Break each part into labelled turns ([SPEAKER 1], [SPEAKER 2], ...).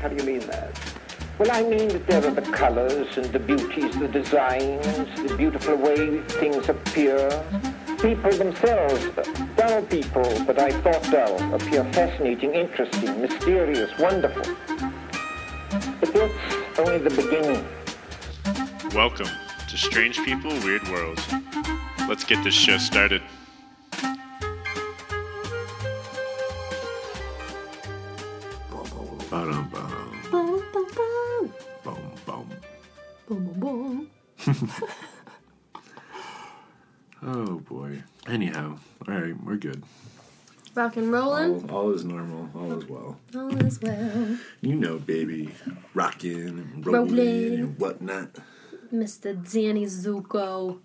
[SPEAKER 1] How do you mean that? Well, I mean that there are the colors and the beauties, the designs, the beautiful way things appear. People themselves, dull people, but I thought dull, appear fascinating, interesting, mysterious, wonderful. But that's only the beginning.
[SPEAKER 2] Welcome to Strange People, Weird Worlds. Let's get this show started.
[SPEAKER 3] Ba-dum, ba-dum,
[SPEAKER 4] Bum, bum, bum.
[SPEAKER 3] bum, bum.
[SPEAKER 4] Bum, bum, bum.
[SPEAKER 3] Oh boy. Anyhow, all right, we're good.
[SPEAKER 4] Rock and rollin'.
[SPEAKER 3] All, all is normal. All is well.
[SPEAKER 4] All is well.
[SPEAKER 3] You know, baby, rocking and rolling
[SPEAKER 4] Rolling.
[SPEAKER 3] and whatnot.
[SPEAKER 4] Mr. Danny Zuko.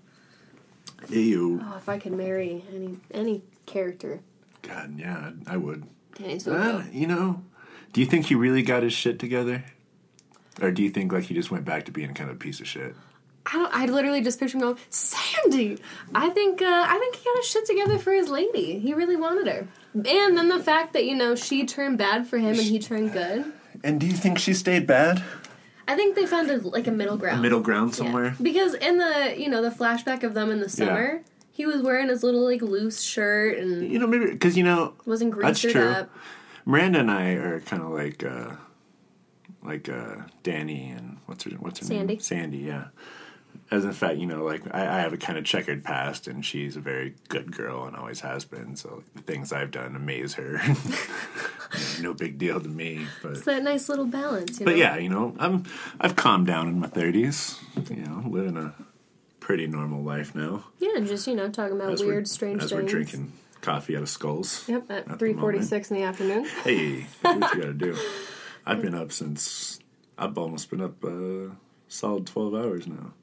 [SPEAKER 3] Ayo.
[SPEAKER 4] Oh, if I could marry any any character,
[SPEAKER 3] God, yeah, I would.
[SPEAKER 4] Danny
[SPEAKER 3] Ah,
[SPEAKER 4] Zuko.
[SPEAKER 3] you know, do you think he really got his shit together? Or do you think like he just went back to being kind of a piece of shit?
[SPEAKER 4] I don't. I literally just picture him going, Sandy. I think. Uh, I think he got his shit together for his lady. He really wanted her. And then the fact that you know she turned bad for him and he turned good.
[SPEAKER 3] And do you think she stayed bad?
[SPEAKER 4] I think they found a, like a middle ground.
[SPEAKER 3] Middle ground
[SPEAKER 4] Yeah.
[SPEAKER 3] somewhere?
[SPEAKER 4] Because in the you know the flashback of them in the summer, he was wearing his little like loose shirt and
[SPEAKER 3] You know, maybe because you know,
[SPEAKER 4] wasn't
[SPEAKER 3] That's
[SPEAKER 4] greased
[SPEAKER 3] true.
[SPEAKER 4] up.
[SPEAKER 3] Miranda and I are kind of like uh, like uh, Danny and what's her what's her
[SPEAKER 4] Sandy.
[SPEAKER 3] name Sandy yeah. As in fact, you know, like I, I have a kind of checkered past, and she's a very good girl and always has been. So the things I've done amaze her. no big deal to me, but
[SPEAKER 4] It's that nice little balance, you know.
[SPEAKER 3] but yeah, you know, I'm I've calmed down in my thirties. You know, living a pretty normal life now.
[SPEAKER 4] Yeah, just you know, talking about
[SPEAKER 3] we're-
[SPEAKER 4] weird, strange
[SPEAKER 3] as
[SPEAKER 4] things.
[SPEAKER 3] we're drinking coffee out of skulls.
[SPEAKER 4] Yep,
[SPEAKER 3] the
[SPEAKER 4] at three forty-six in the afternoon.
[SPEAKER 3] Hey, do what you gotta do. I've been up since I've almost been up a solid twelve hours now.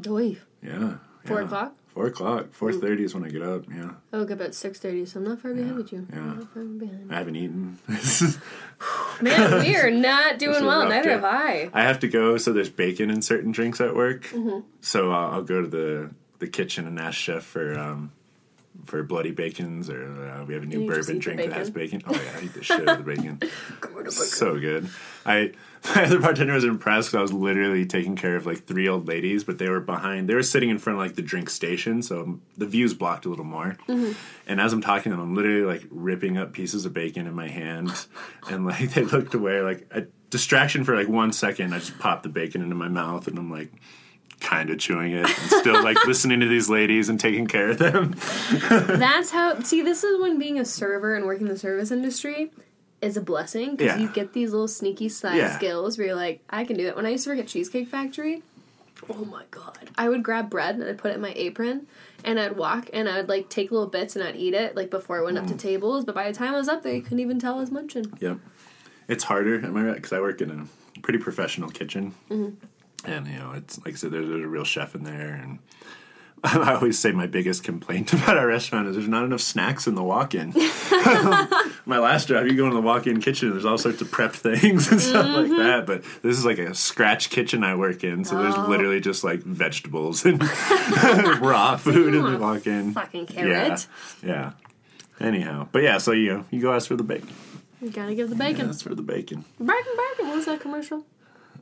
[SPEAKER 4] Doy.
[SPEAKER 3] Yeah.
[SPEAKER 4] Four
[SPEAKER 3] yeah.
[SPEAKER 4] o'clock?
[SPEAKER 3] Four o'clock. Four thirty is when I get up. Yeah.
[SPEAKER 4] I woke up at Oh, six thirty, so I'm not far behind with you.
[SPEAKER 3] yeah.
[SPEAKER 4] I'm not far behind.
[SPEAKER 3] I haven't eaten. I
[SPEAKER 4] Man, we are not
[SPEAKER 3] It's
[SPEAKER 4] doing
[SPEAKER 3] a
[SPEAKER 4] well.
[SPEAKER 3] rough
[SPEAKER 4] Neither
[SPEAKER 3] day.
[SPEAKER 4] have I.
[SPEAKER 3] have to go. So there's bacon in certain drinks at work.
[SPEAKER 4] Mm-hmm.
[SPEAKER 3] So I'll, I'll go to the the kitchen and ask chef for. Um, for bloody bacon's, or uh, we have a new
[SPEAKER 4] you just
[SPEAKER 3] bourbon
[SPEAKER 4] eat the
[SPEAKER 3] drink that has bacon. Oh yeah, I eat the shit out of the bacon. so good. I my other bartender was impressed because I was literally taking care of like three old ladies, but they were behind. They were sitting in front of like the drink station, so the view's blocked a little more. And as I'm talking to them, I'm literally like ripping up pieces of bacon in my hand, and like they looked away, like a distraction for like one second. I just popped the bacon into my mouth, and I'm like. Kind of chewing it and still like listening to these ladies and taking care of them.
[SPEAKER 4] That's how. See, this is when being a server and working the service industry is a blessing because
[SPEAKER 3] Yeah.
[SPEAKER 4] you get these little sneaky side
[SPEAKER 3] Yeah.
[SPEAKER 4] skills where you're like, I can do it. When I used to work at Cheesecake Factory, oh my god, I would grab bread and I'd put it in my apron, and I'd walk and I'd like take little bits and I'd eat it like before I went
[SPEAKER 3] Mm.
[SPEAKER 4] up to tables. But by the time I was up there, you couldn't even tell I was munching.
[SPEAKER 3] Yep. It's harder, am I right? Because I work in a pretty professional kitchen.
[SPEAKER 4] Mm-hmm.
[SPEAKER 3] And, you know, it's like I said, there's, there's a real chef in there. And I always say my biggest complaint about our restaurant is there's not enough snacks in the walk in. my last job, you go in the walk in kitchen, there's all sorts of prep things and stuff
[SPEAKER 4] Mm-hmm.
[SPEAKER 3] like that. But this is like a scratch kitchen I work in. So
[SPEAKER 4] Oh.
[SPEAKER 3] there's literally just like vegetables and raw food in the
[SPEAKER 4] want a
[SPEAKER 3] walk in.
[SPEAKER 4] fucking carrot.
[SPEAKER 3] Yeah. yeah. Anyhow, but yeah, so you know, you go ask for the bacon.
[SPEAKER 4] You gotta give the bacon.
[SPEAKER 3] That's for the bacon.
[SPEAKER 4] Barking, barking. What was that commercial?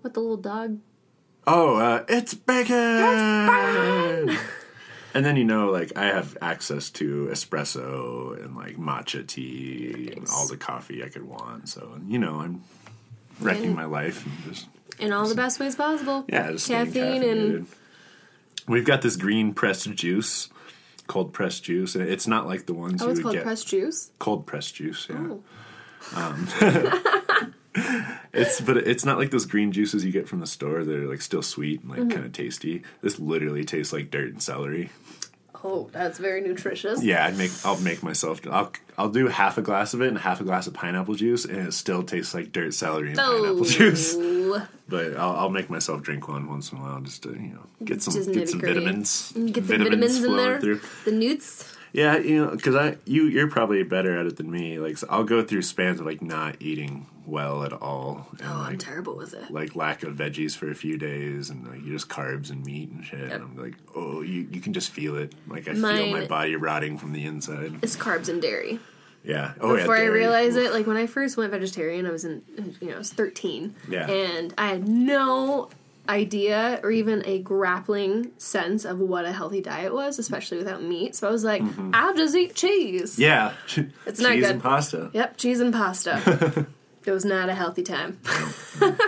[SPEAKER 4] With the little dog.
[SPEAKER 3] Oh, uh, it's bacon! and then you know, like I have access to espresso and like matcha tea and all the coffee I could want. So you know, I'm wrecking my life and just
[SPEAKER 4] In all the best ways possible.
[SPEAKER 3] yeah, just staying
[SPEAKER 4] caffeine
[SPEAKER 3] caffeinated.
[SPEAKER 4] and
[SPEAKER 3] We've got this green pressed juice, cold pressed juice, and it's not like the ones
[SPEAKER 4] oh,
[SPEAKER 3] you
[SPEAKER 4] it's
[SPEAKER 3] would
[SPEAKER 4] called
[SPEAKER 3] get.
[SPEAKER 4] pressed juice.
[SPEAKER 3] cold pressed juice. Yeah. Um,
[SPEAKER 4] Oh.
[SPEAKER 3] It's but it's not like those green juices you get from the store that are like still sweet and like
[SPEAKER 4] Mm-hmm.
[SPEAKER 3] kind of tasty. This literally tastes like dirt and celery.
[SPEAKER 4] Oh, that's very nutritious.
[SPEAKER 3] Yeah, I'd make I'll make myself I'll I'll do half a glass of it and half a glass of pineapple juice and it still tastes like dirt celery and pineapple juice.
[SPEAKER 4] Oh.
[SPEAKER 3] But I'll, I'll make myself drink one once in a while just to you know get some
[SPEAKER 4] Just
[SPEAKER 3] get some
[SPEAKER 4] nitty-gritty.
[SPEAKER 3] vitamins
[SPEAKER 4] Get the vitamins, in there. The nuts.
[SPEAKER 3] Yeah, you know, because I you you're probably better at it than me. Like so I'll go through spans of like not eating well at all and
[SPEAKER 4] Oh, I'm
[SPEAKER 3] like
[SPEAKER 4] terrible with it.
[SPEAKER 3] like lack of veggies for a few days and like you just carbs and meat and shit. And I'm like, oh, you you can just feel it. Like I feel my
[SPEAKER 4] Mine-
[SPEAKER 3] body rotting from the inside.
[SPEAKER 4] It's carbs and dairy.
[SPEAKER 3] Yeah. Oh yeah.
[SPEAKER 4] before I
[SPEAKER 3] dairy.
[SPEAKER 4] realized
[SPEAKER 3] Oof.
[SPEAKER 4] it. Like when I first went vegetarian, I was in you know I was thirteen,
[SPEAKER 3] Yeah.
[SPEAKER 4] and I had no idea or even a grappling sense of what a healthy diet was, especially without meat. So I was like, I'll just eat cheese.
[SPEAKER 3] Mm-hmm. Yeah.
[SPEAKER 4] It's not
[SPEAKER 3] Cheese
[SPEAKER 4] good.
[SPEAKER 3] and pasta.
[SPEAKER 4] Yep, cheese and pasta. it was not a healthy time.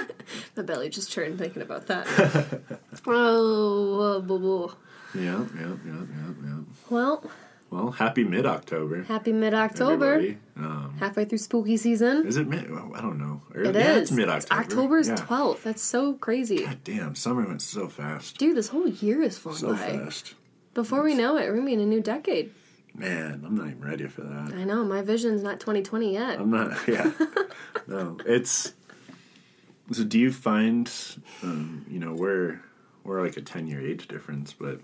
[SPEAKER 4] My belly just churned thinking about that. oh, whoa, whoa, whoa.
[SPEAKER 3] Yeah. Yeah. Yeah. Yeah. Yeah.
[SPEAKER 4] well,
[SPEAKER 3] Well, happy mid October.
[SPEAKER 4] happy mid-October,
[SPEAKER 3] Um,
[SPEAKER 4] halfway through spooky season.
[SPEAKER 3] is it mid? well, I don't know. Early-
[SPEAKER 4] It is.
[SPEAKER 3] yeah, It's
[SPEAKER 4] It's
[SPEAKER 3] mid October.
[SPEAKER 4] October's
[SPEAKER 3] yeah.
[SPEAKER 4] 12th. That's so crazy.
[SPEAKER 3] Damn, summer went so fast.
[SPEAKER 4] Dude, this whole year is flown
[SPEAKER 3] So
[SPEAKER 4] by.
[SPEAKER 3] fast.
[SPEAKER 4] Before we know it, we're gonna be in a new decade.
[SPEAKER 3] Man, I'm not even ready for that.
[SPEAKER 4] I know my vision's not 2020 yet.
[SPEAKER 3] I'm not. Yeah. no, it's. So, do you find, um, you know, we're we're like a ten year age difference, but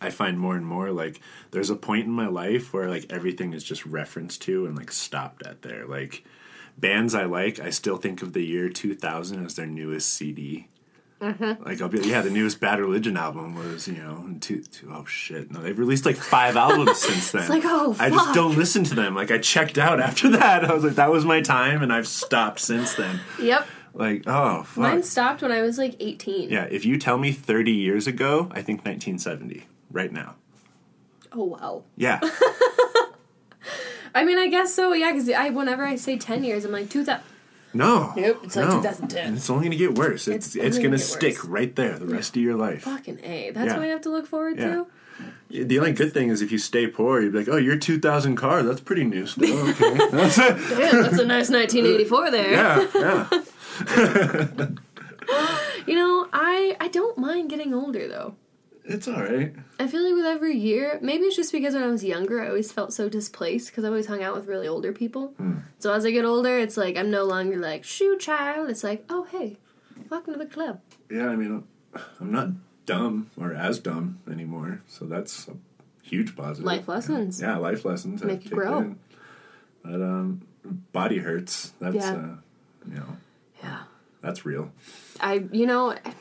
[SPEAKER 3] I find more and more like there's a point in my life where like everything is just referenced to and like stopped at there. Like bands I like, I still think of the year 2000 as their newest CD.
[SPEAKER 4] Mm-hmm.
[SPEAKER 3] Like I'll be yeah, the newest Bad Religion album was you know in two, two, oh shit no they've released like five albums since then.
[SPEAKER 4] like, oh,
[SPEAKER 3] I just
[SPEAKER 4] fuck.
[SPEAKER 3] don't listen to them. Like I checked out after that. I was like that was my time and I've stopped since then.
[SPEAKER 4] Yep,
[SPEAKER 3] Like oh fuck
[SPEAKER 4] mine stopped when I was like 18.
[SPEAKER 3] yeah. If you tell me 30 years ago, I think 1970 right now.
[SPEAKER 4] Oh wow.
[SPEAKER 3] Yeah.
[SPEAKER 4] I mean, I guess so. Yeah, because I whenever I say 10 years, I'm like 2000.
[SPEAKER 3] No.
[SPEAKER 4] Nope, it's like
[SPEAKER 3] No.
[SPEAKER 4] 2010.
[SPEAKER 3] It's only gonna get worse. It's it's,
[SPEAKER 4] It's only
[SPEAKER 3] gonna,
[SPEAKER 4] gonna get
[SPEAKER 3] stick
[SPEAKER 4] worse.
[SPEAKER 3] right there the rest of your life.
[SPEAKER 4] Fucking a. That's
[SPEAKER 3] Yeah.
[SPEAKER 4] what I have to look forward
[SPEAKER 3] Yeah.
[SPEAKER 4] to.
[SPEAKER 3] The only good thing is if you stay poor, you'd be like, oh, your 2000 car. That's pretty new still. Okay. That's it.
[SPEAKER 4] Damn, that's a nice 1984 there.
[SPEAKER 3] Yeah. Yeah.
[SPEAKER 4] You know, I I don't mind getting older though.
[SPEAKER 3] It's all right.
[SPEAKER 4] I feel like with every year, maybe it's just because when I was younger, I always felt so displaced because I always hung out with really older people.
[SPEAKER 3] Hmm.
[SPEAKER 4] So as I get older, it's like I'm no longer like shoe child. It's like, oh hey, welcome to the club.
[SPEAKER 3] Yeah. I mean, I'm- I'm not dumb or as dumb anymore. So that's a huge positive.
[SPEAKER 4] Life lessons.
[SPEAKER 3] Yeah. Life lessons. have
[SPEAKER 4] Make you
[SPEAKER 3] kicked
[SPEAKER 4] grow.
[SPEAKER 3] in. But um, body hurts. That's,
[SPEAKER 4] Yeah.
[SPEAKER 3] uh, you know,
[SPEAKER 4] Yeah.
[SPEAKER 3] that's real.
[SPEAKER 4] I you know, I'm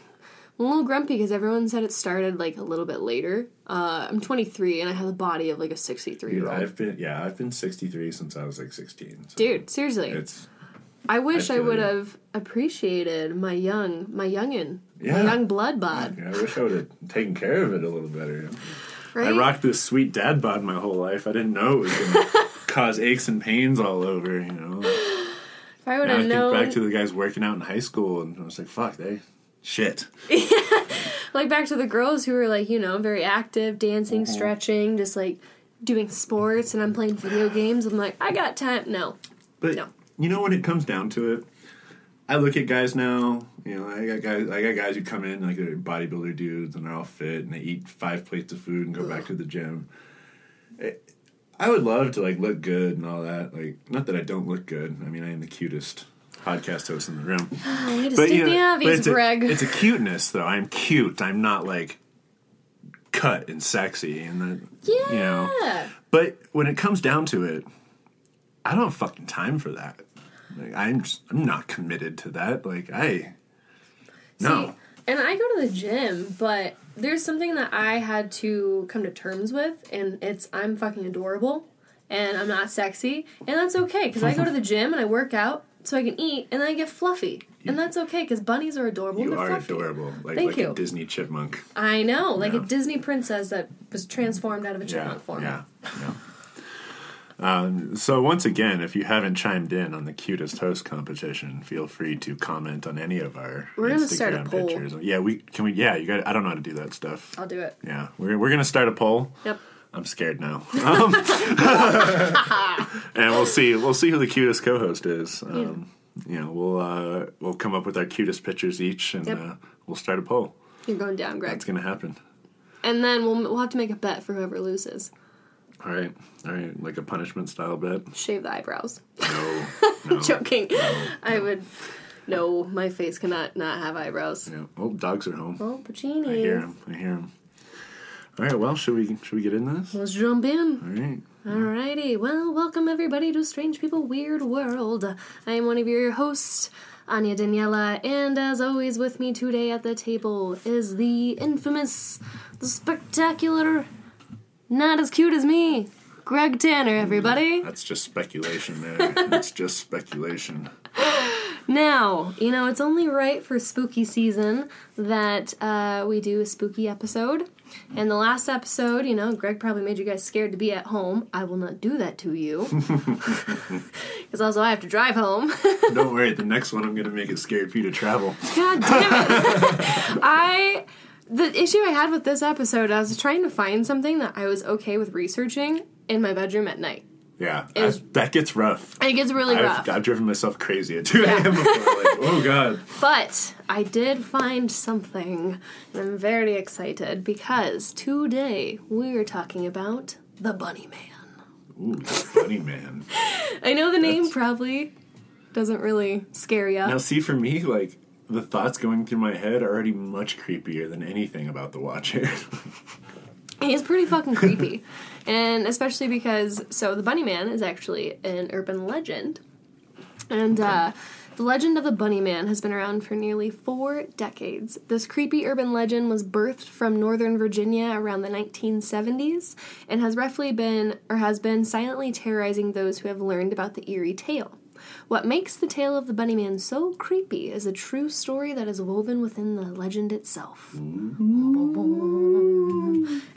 [SPEAKER 4] a little grumpy because everyone said it started like a little bit later. Uh, I'm 23 and I have the body of like a 63
[SPEAKER 3] Dude,
[SPEAKER 4] year old.
[SPEAKER 3] I've been yeah, I've been 63 since I was like 16. so
[SPEAKER 4] Dude, seriously.
[SPEAKER 3] it's
[SPEAKER 4] I wish
[SPEAKER 3] I
[SPEAKER 4] I,
[SPEAKER 3] feel
[SPEAKER 4] would
[SPEAKER 3] you.
[SPEAKER 4] have appreciated my young, my youngin,
[SPEAKER 3] Yeah.
[SPEAKER 4] my young blood bod,
[SPEAKER 3] yeah, I wish I would have taken care of it a little better.
[SPEAKER 4] right?
[SPEAKER 3] I rocked this sweet dad bod my whole life. I didn't know it was gonna cause aches and pains all over. You know,
[SPEAKER 4] if I would
[SPEAKER 3] now I
[SPEAKER 4] have
[SPEAKER 3] think
[SPEAKER 4] known,
[SPEAKER 3] back to the guys working out in high school, and I was like, "Fuck, they shit."
[SPEAKER 4] like back to the girls who were like, you know, very active, dancing,
[SPEAKER 3] Mm-hmm.
[SPEAKER 4] stretching, just like doing sports, and I'm playing video games. I'm like, I got time. No,
[SPEAKER 3] But
[SPEAKER 4] No.
[SPEAKER 3] you know, when it comes down to it, I look at guys now. You know, I got guys. I got guys who come in like they're bodybuilder dudes, and they're all fit, and they eat five plates of food and go back to the gym. I- I would love to like look good and all that. Like, not that I don't look good. I mean, I am the cutest podcast host in the room.
[SPEAKER 4] I need to state
[SPEAKER 3] you know,
[SPEAKER 4] the obvious,
[SPEAKER 3] it's, a,
[SPEAKER 4] Greg.
[SPEAKER 3] it's a cuteness though. I'm cute. I'm not like cut and sexy, and then
[SPEAKER 4] yeah.
[SPEAKER 3] you know. But when it comes down to it, I don't have fucking time for that. Like I'm just, I'm not committed to that. Like I
[SPEAKER 4] See,
[SPEAKER 3] no.
[SPEAKER 4] and I go to the gym, but there's something that I had to come to terms with, and it's I'm fucking adorable, and I'm not sexy, and that's okay because I go to the gym and I work out so I can eat, and then I get fluffy, and that's okay because bunnies are adorable.
[SPEAKER 3] you
[SPEAKER 4] and they're
[SPEAKER 3] are
[SPEAKER 4] fluffy.
[SPEAKER 3] adorable. Like
[SPEAKER 4] Thank
[SPEAKER 3] like
[SPEAKER 4] you.
[SPEAKER 3] a Disney chipmunk.
[SPEAKER 4] I know, like
[SPEAKER 3] Yeah.
[SPEAKER 4] a Disney princess that was transformed out of a
[SPEAKER 3] Yeah.
[SPEAKER 4] chipmunk form.
[SPEAKER 3] Yeah. yeah. Um, so once again, if you haven't chimed in on the cutest host competition, feel free to comment on any of our
[SPEAKER 4] We're
[SPEAKER 3] Instagram
[SPEAKER 4] gonna start a poll.
[SPEAKER 3] pictures. Yeah, we can we yeah, you got I don't know how to do that stuff.
[SPEAKER 4] I'll do it.
[SPEAKER 3] Yeah. We're we're gonna start a poll.
[SPEAKER 4] Yep.
[SPEAKER 3] I'm scared now. Um, and we'll see. We'll see who the cutest co-host is. Um, You know, we'll uh, we'll come up with our cutest pictures each, and
[SPEAKER 4] Yep.
[SPEAKER 3] uh, we'll start a poll.
[SPEAKER 4] You're going down, Greg.
[SPEAKER 3] That's gonna happen.
[SPEAKER 4] And then we'll we'll have to make a bet for whoever loses.
[SPEAKER 3] All right, all right, like a punishment style bet.
[SPEAKER 4] Shave the eyebrows.
[SPEAKER 3] No, no.
[SPEAKER 4] Joking. I would. No, my face cannot not have eyebrows.
[SPEAKER 3] Yeah. Oh, dogs are home.
[SPEAKER 4] Well,
[SPEAKER 3] I hear
[SPEAKER 4] Puccini.
[SPEAKER 3] them. I hear them. All right. Well, should we should we get in this?
[SPEAKER 4] Let's jump in.
[SPEAKER 3] All right.
[SPEAKER 4] Alrighty. Well, welcome everybody to Strange People Weird World. I am one of your hosts, Anya Daniela, and as always, with me today at the table is the infamous, the spectacular, not as cute as me, Greg Tanner, everybody.
[SPEAKER 3] That's just speculation there. That's just speculation.
[SPEAKER 4] Now, you know, it's only right for spooky season that uh, we do a spooky episode. And the last episode, you know, Greg probably made you guys scared to be at home. I will not do that to you. Because also, I have to drive home.
[SPEAKER 3] Don't worry, the next one I'm going to make it scared for you to travel.
[SPEAKER 4] God damn it. I. The issue I had with this episode, I was trying to find something that I was okay with researching in my bedroom at night.
[SPEAKER 3] Yeah,
[SPEAKER 4] It was-
[SPEAKER 3] I- that gets rough.
[SPEAKER 4] And it gets really rough.
[SPEAKER 3] I've, I've driven myself crazy at 2 a.m. before. Like, oh, God.
[SPEAKER 4] But I did find something, and I'm very excited because today we're talking about the Bunny Man.
[SPEAKER 3] Ooh, funny man.
[SPEAKER 4] I know the name probably doesn't really scare you.
[SPEAKER 3] Now, see, for me, like, the thoughts going through my head are already much creepier than anything about The Watcher.
[SPEAKER 4] He's pretty fucking creepy. and especially because, so the Bunny Man is actually an urban legend. And uh, the legend of the Bunny Man has been around for nearly four decades. This creepy urban legend was birthed from northern Virginia around the 1970s and has roughly been, or has been silently terrorizing those who have learned about the eerie tale. What makes the tale of the Bunny Man so creepy is a true story that is woven within the legend itself.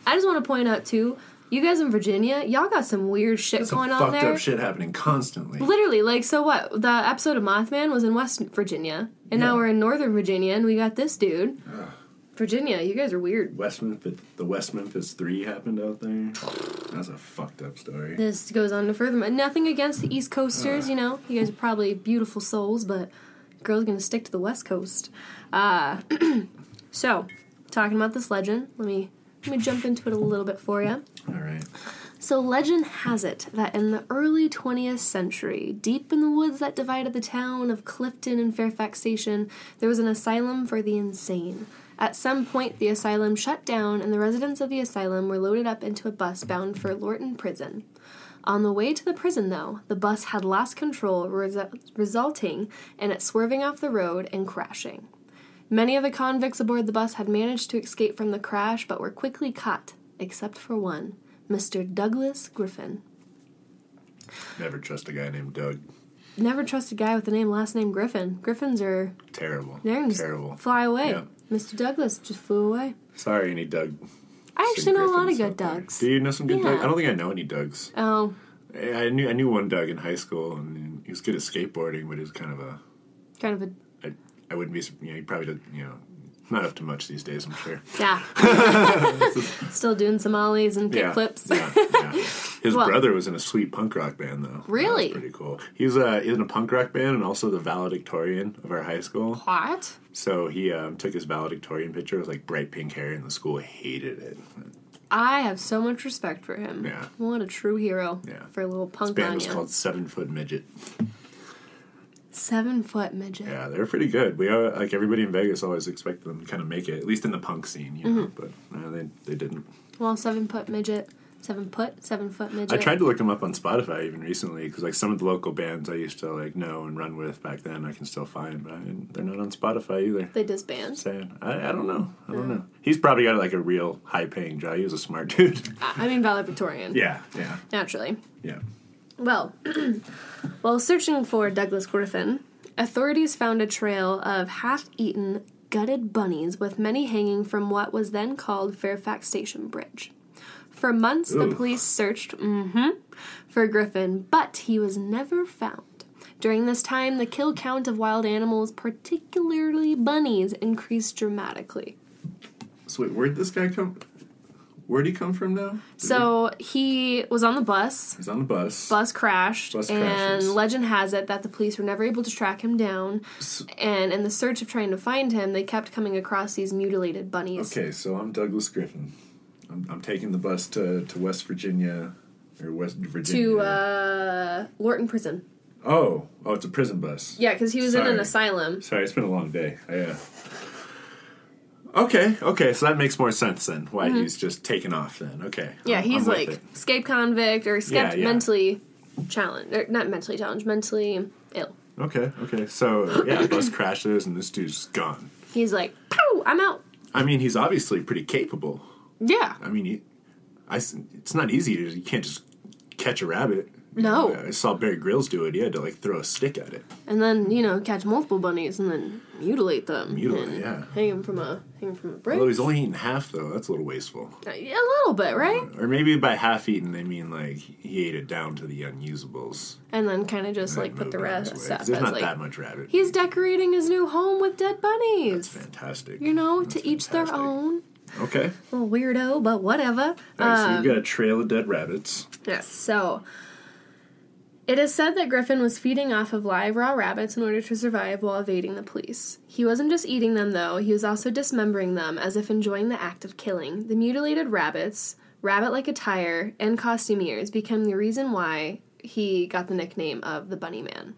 [SPEAKER 4] I just want to point out too, you guys in Virginia, y'all got some weird shit going
[SPEAKER 3] Some
[SPEAKER 4] on
[SPEAKER 3] fucked
[SPEAKER 4] there.
[SPEAKER 3] up shit happening constantly.
[SPEAKER 4] Literally, like, so what? The episode of Mothman was in West Virginia, and now
[SPEAKER 3] Yeah.
[SPEAKER 4] we're in Northern Virginia, and we got this dude. Virginia, you guys are weird.
[SPEAKER 3] West Memphis, the West Memphis Three happened out there. That's a fucked up story.
[SPEAKER 4] This goes on to further. Nothing against the East Coasters, you know, you guys are probably beautiful souls, but girl's gonna stick to the West Coast. Uh, so, talking about this legend, let me let me jump into it a little bit for you.
[SPEAKER 3] All right.
[SPEAKER 4] So legend has it that in the early 20th century, deep in the woods that divided the town of Clifton and Fairfax Station, there was an asylum for the insane. At some point, the asylum shut down, and the residents of the asylum were loaded up into a bus bound for Lorton Prison. On the way to the prison, though, the bus had lost control, resu- resulting in it swerving off the road and crashing. Many of the convicts aboard the bus had managed to escape from the crash but were quickly caught, except for one, Mr. Douglas Griffin.
[SPEAKER 3] Never trust a guy named Doug.
[SPEAKER 4] Never trust a guy with the name last name Griffin. Griffins are
[SPEAKER 3] Terrible.
[SPEAKER 4] they're gonna just
[SPEAKER 3] Terrible.
[SPEAKER 4] fly away.
[SPEAKER 3] Yeah.
[SPEAKER 4] Mr. Douglas just flew away.
[SPEAKER 3] Sorry, any Doug.
[SPEAKER 4] I actually know a lot of good Dougs.
[SPEAKER 3] Do you know some good
[SPEAKER 4] Yeah.
[SPEAKER 3] Doug? I don't think I know any Dougs.
[SPEAKER 4] Oh,
[SPEAKER 3] I I knew I knew one Doug in high school, and he was good at skateboarding, but he was kind of a.
[SPEAKER 4] kind of a
[SPEAKER 3] I, I wouldn't be. sur- You know, he probably did. You know, not up to much these days. I'm sure.
[SPEAKER 4] yeah. Still doing some ollies and
[SPEAKER 3] Yeah.
[SPEAKER 4] kickflips.
[SPEAKER 3] Yeah, yeah. His
[SPEAKER 4] Well-
[SPEAKER 3] brother was in a sweet punk rock band, though. That was
[SPEAKER 4] Really?
[SPEAKER 3] pretty cool. He's uh, in a punk rock band and also the valedictorian of our high school.
[SPEAKER 4] What?
[SPEAKER 3] So he um, took his valedictorian picture with like bright pink hair, and the school hated it.
[SPEAKER 4] I have so much respect for him.
[SPEAKER 3] Yeah.
[SPEAKER 4] What a true hero
[SPEAKER 3] Yeah.
[SPEAKER 4] for a little
[SPEAKER 3] His
[SPEAKER 4] punk
[SPEAKER 3] band
[SPEAKER 4] on
[SPEAKER 3] was
[SPEAKER 4] you.
[SPEAKER 3] called Seven Foot Midget.
[SPEAKER 4] Seven foot midget.
[SPEAKER 3] Yeah, they were pretty good. We all, like everybody in Vegas always expected them to kind of make it, at least in the punk scene, you
[SPEAKER 4] Mm-hmm.
[SPEAKER 3] know. But no, they they didn't.
[SPEAKER 4] Well, seven foot midget, seven foot, seven foot midget.
[SPEAKER 3] I tried to look them up on Spotify even recently because like some of the local bands I used to like know and run with back then I can still find, but I didn't- they're not on Spotify either.
[SPEAKER 4] They disband.
[SPEAKER 3] Sad. I, I don't know. I don't know. He's probably got like a real high paying job. He was a smart dude.
[SPEAKER 4] I I mean, valedictorian.
[SPEAKER 3] yeah, yeah,
[SPEAKER 4] Naturally.
[SPEAKER 3] yeah.
[SPEAKER 4] Well, while searching for Douglas Griffin, authorities found a trail of half eaten, gutted bunnies with many hanging from what was then called Fairfax Station Bridge. For months, the
[SPEAKER 3] Ooh.
[SPEAKER 4] police searched mhm, for Griffin, but he was never found. During this time, the kill count of wild animals, particularly bunnies, increased dramatically.
[SPEAKER 3] So wait, where'd this guy come? Where'd he come from now?
[SPEAKER 4] So he was on the bus
[SPEAKER 3] He's on the bus.
[SPEAKER 4] bus crashed
[SPEAKER 3] Bus
[SPEAKER 4] and
[SPEAKER 3] crashes.
[SPEAKER 4] legend has it that the police were never able to track him down and in the search of trying to find him they kept coming across these mutilated bunnies
[SPEAKER 3] Okay, so I'm Douglas Griffin. I'm, I'm taking the bus to, to West Virginia or West Virginia.
[SPEAKER 4] to uh lorton prison
[SPEAKER 3] oh, oh, it's a prison bus.
[SPEAKER 4] yeah because he was in an
[SPEAKER 3] Sorry.
[SPEAKER 4] asylum
[SPEAKER 3] Sorry, it's been a long day. I, uh... Okay, okay, so that makes more sense then. Why he's just taken off then? Okay.
[SPEAKER 4] Mm-hmm. yeah
[SPEAKER 3] I'm-
[SPEAKER 4] he's
[SPEAKER 3] I'm with
[SPEAKER 4] like
[SPEAKER 3] it.
[SPEAKER 4] escape convict or
[SPEAKER 3] Yeah,
[SPEAKER 4] escaped
[SPEAKER 3] yeah.
[SPEAKER 4] mentally challenged or not mentally challenged mentally ill
[SPEAKER 3] Okay, okay. So yeah, bus crashes and this dude's gone.
[SPEAKER 4] he's like Pow, i'm out
[SPEAKER 3] I mean, he's obviously pretty capable.
[SPEAKER 4] yeah
[SPEAKER 3] I mean, he, I s it's not easy. to You can't just catch a rabbit.
[SPEAKER 4] No.
[SPEAKER 3] I saw Barry Grills do it. He had to like throw a stick at it.
[SPEAKER 4] And then, you know, catch multiple bunnies and then mutilate them.
[SPEAKER 3] Mutilate,
[SPEAKER 4] and
[SPEAKER 3] yeah.
[SPEAKER 4] Hang them from a, hang 'em from a
[SPEAKER 3] Although
[SPEAKER 4] bridge.
[SPEAKER 3] he's only eating half though. That's a little wasteful.
[SPEAKER 4] Yeah, a little bit, right?
[SPEAKER 3] Or maybe by half eaten they mean like he ate it down to the unusables.
[SPEAKER 4] And then kind of just, like,
[SPEAKER 3] and
[SPEAKER 4] put the
[SPEAKER 3] moved it
[SPEAKER 4] rest
[SPEAKER 3] elsewhere.
[SPEAKER 4] stuff
[SPEAKER 3] 'Cause
[SPEAKER 4] as,
[SPEAKER 3] There's not
[SPEAKER 4] like...
[SPEAKER 3] that much rabbit.
[SPEAKER 4] He's decorating his new home with dead bunnies.
[SPEAKER 3] fantastic.
[SPEAKER 4] You know, to
[SPEAKER 3] That's
[SPEAKER 4] each their
[SPEAKER 3] fantastic.
[SPEAKER 4] own.
[SPEAKER 3] Okay.
[SPEAKER 4] Little weirdo, but whatever.
[SPEAKER 3] All right, so we've
[SPEAKER 4] Um,
[SPEAKER 3] got a trail of dead rabbits.
[SPEAKER 4] Yes. So it is said that Griffin was feeding off of live raw rabbits in order to survive while evading the police. He wasn't just eating them though, he was also dismembering them as if enjoying the act of killing. The mutilated rabbits, rabbit like attire, and costumiers became the reason why he got the nickname of the Bunny Man.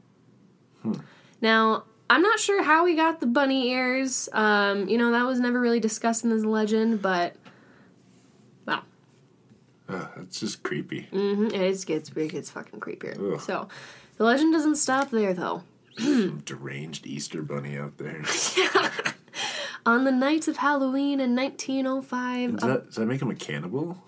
[SPEAKER 4] Now, I'm not sure how he got the bunny ears. Um, you know, that was never really discussed in this legend, but well,
[SPEAKER 3] Ugh, that's just creepy.
[SPEAKER 4] it is, gets it gets fucking creepier.
[SPEAKER 3] Ugh.
[SPEAKER 4] So, the legend doesn't stop there though. Mm.
[SPEAKER 3] Some deranged Easter bunny out there. Does
[SPEAKER 4] On the night of Halloween in 1905, uh,
[SPEAKER 3] that, does that make him a cannibal?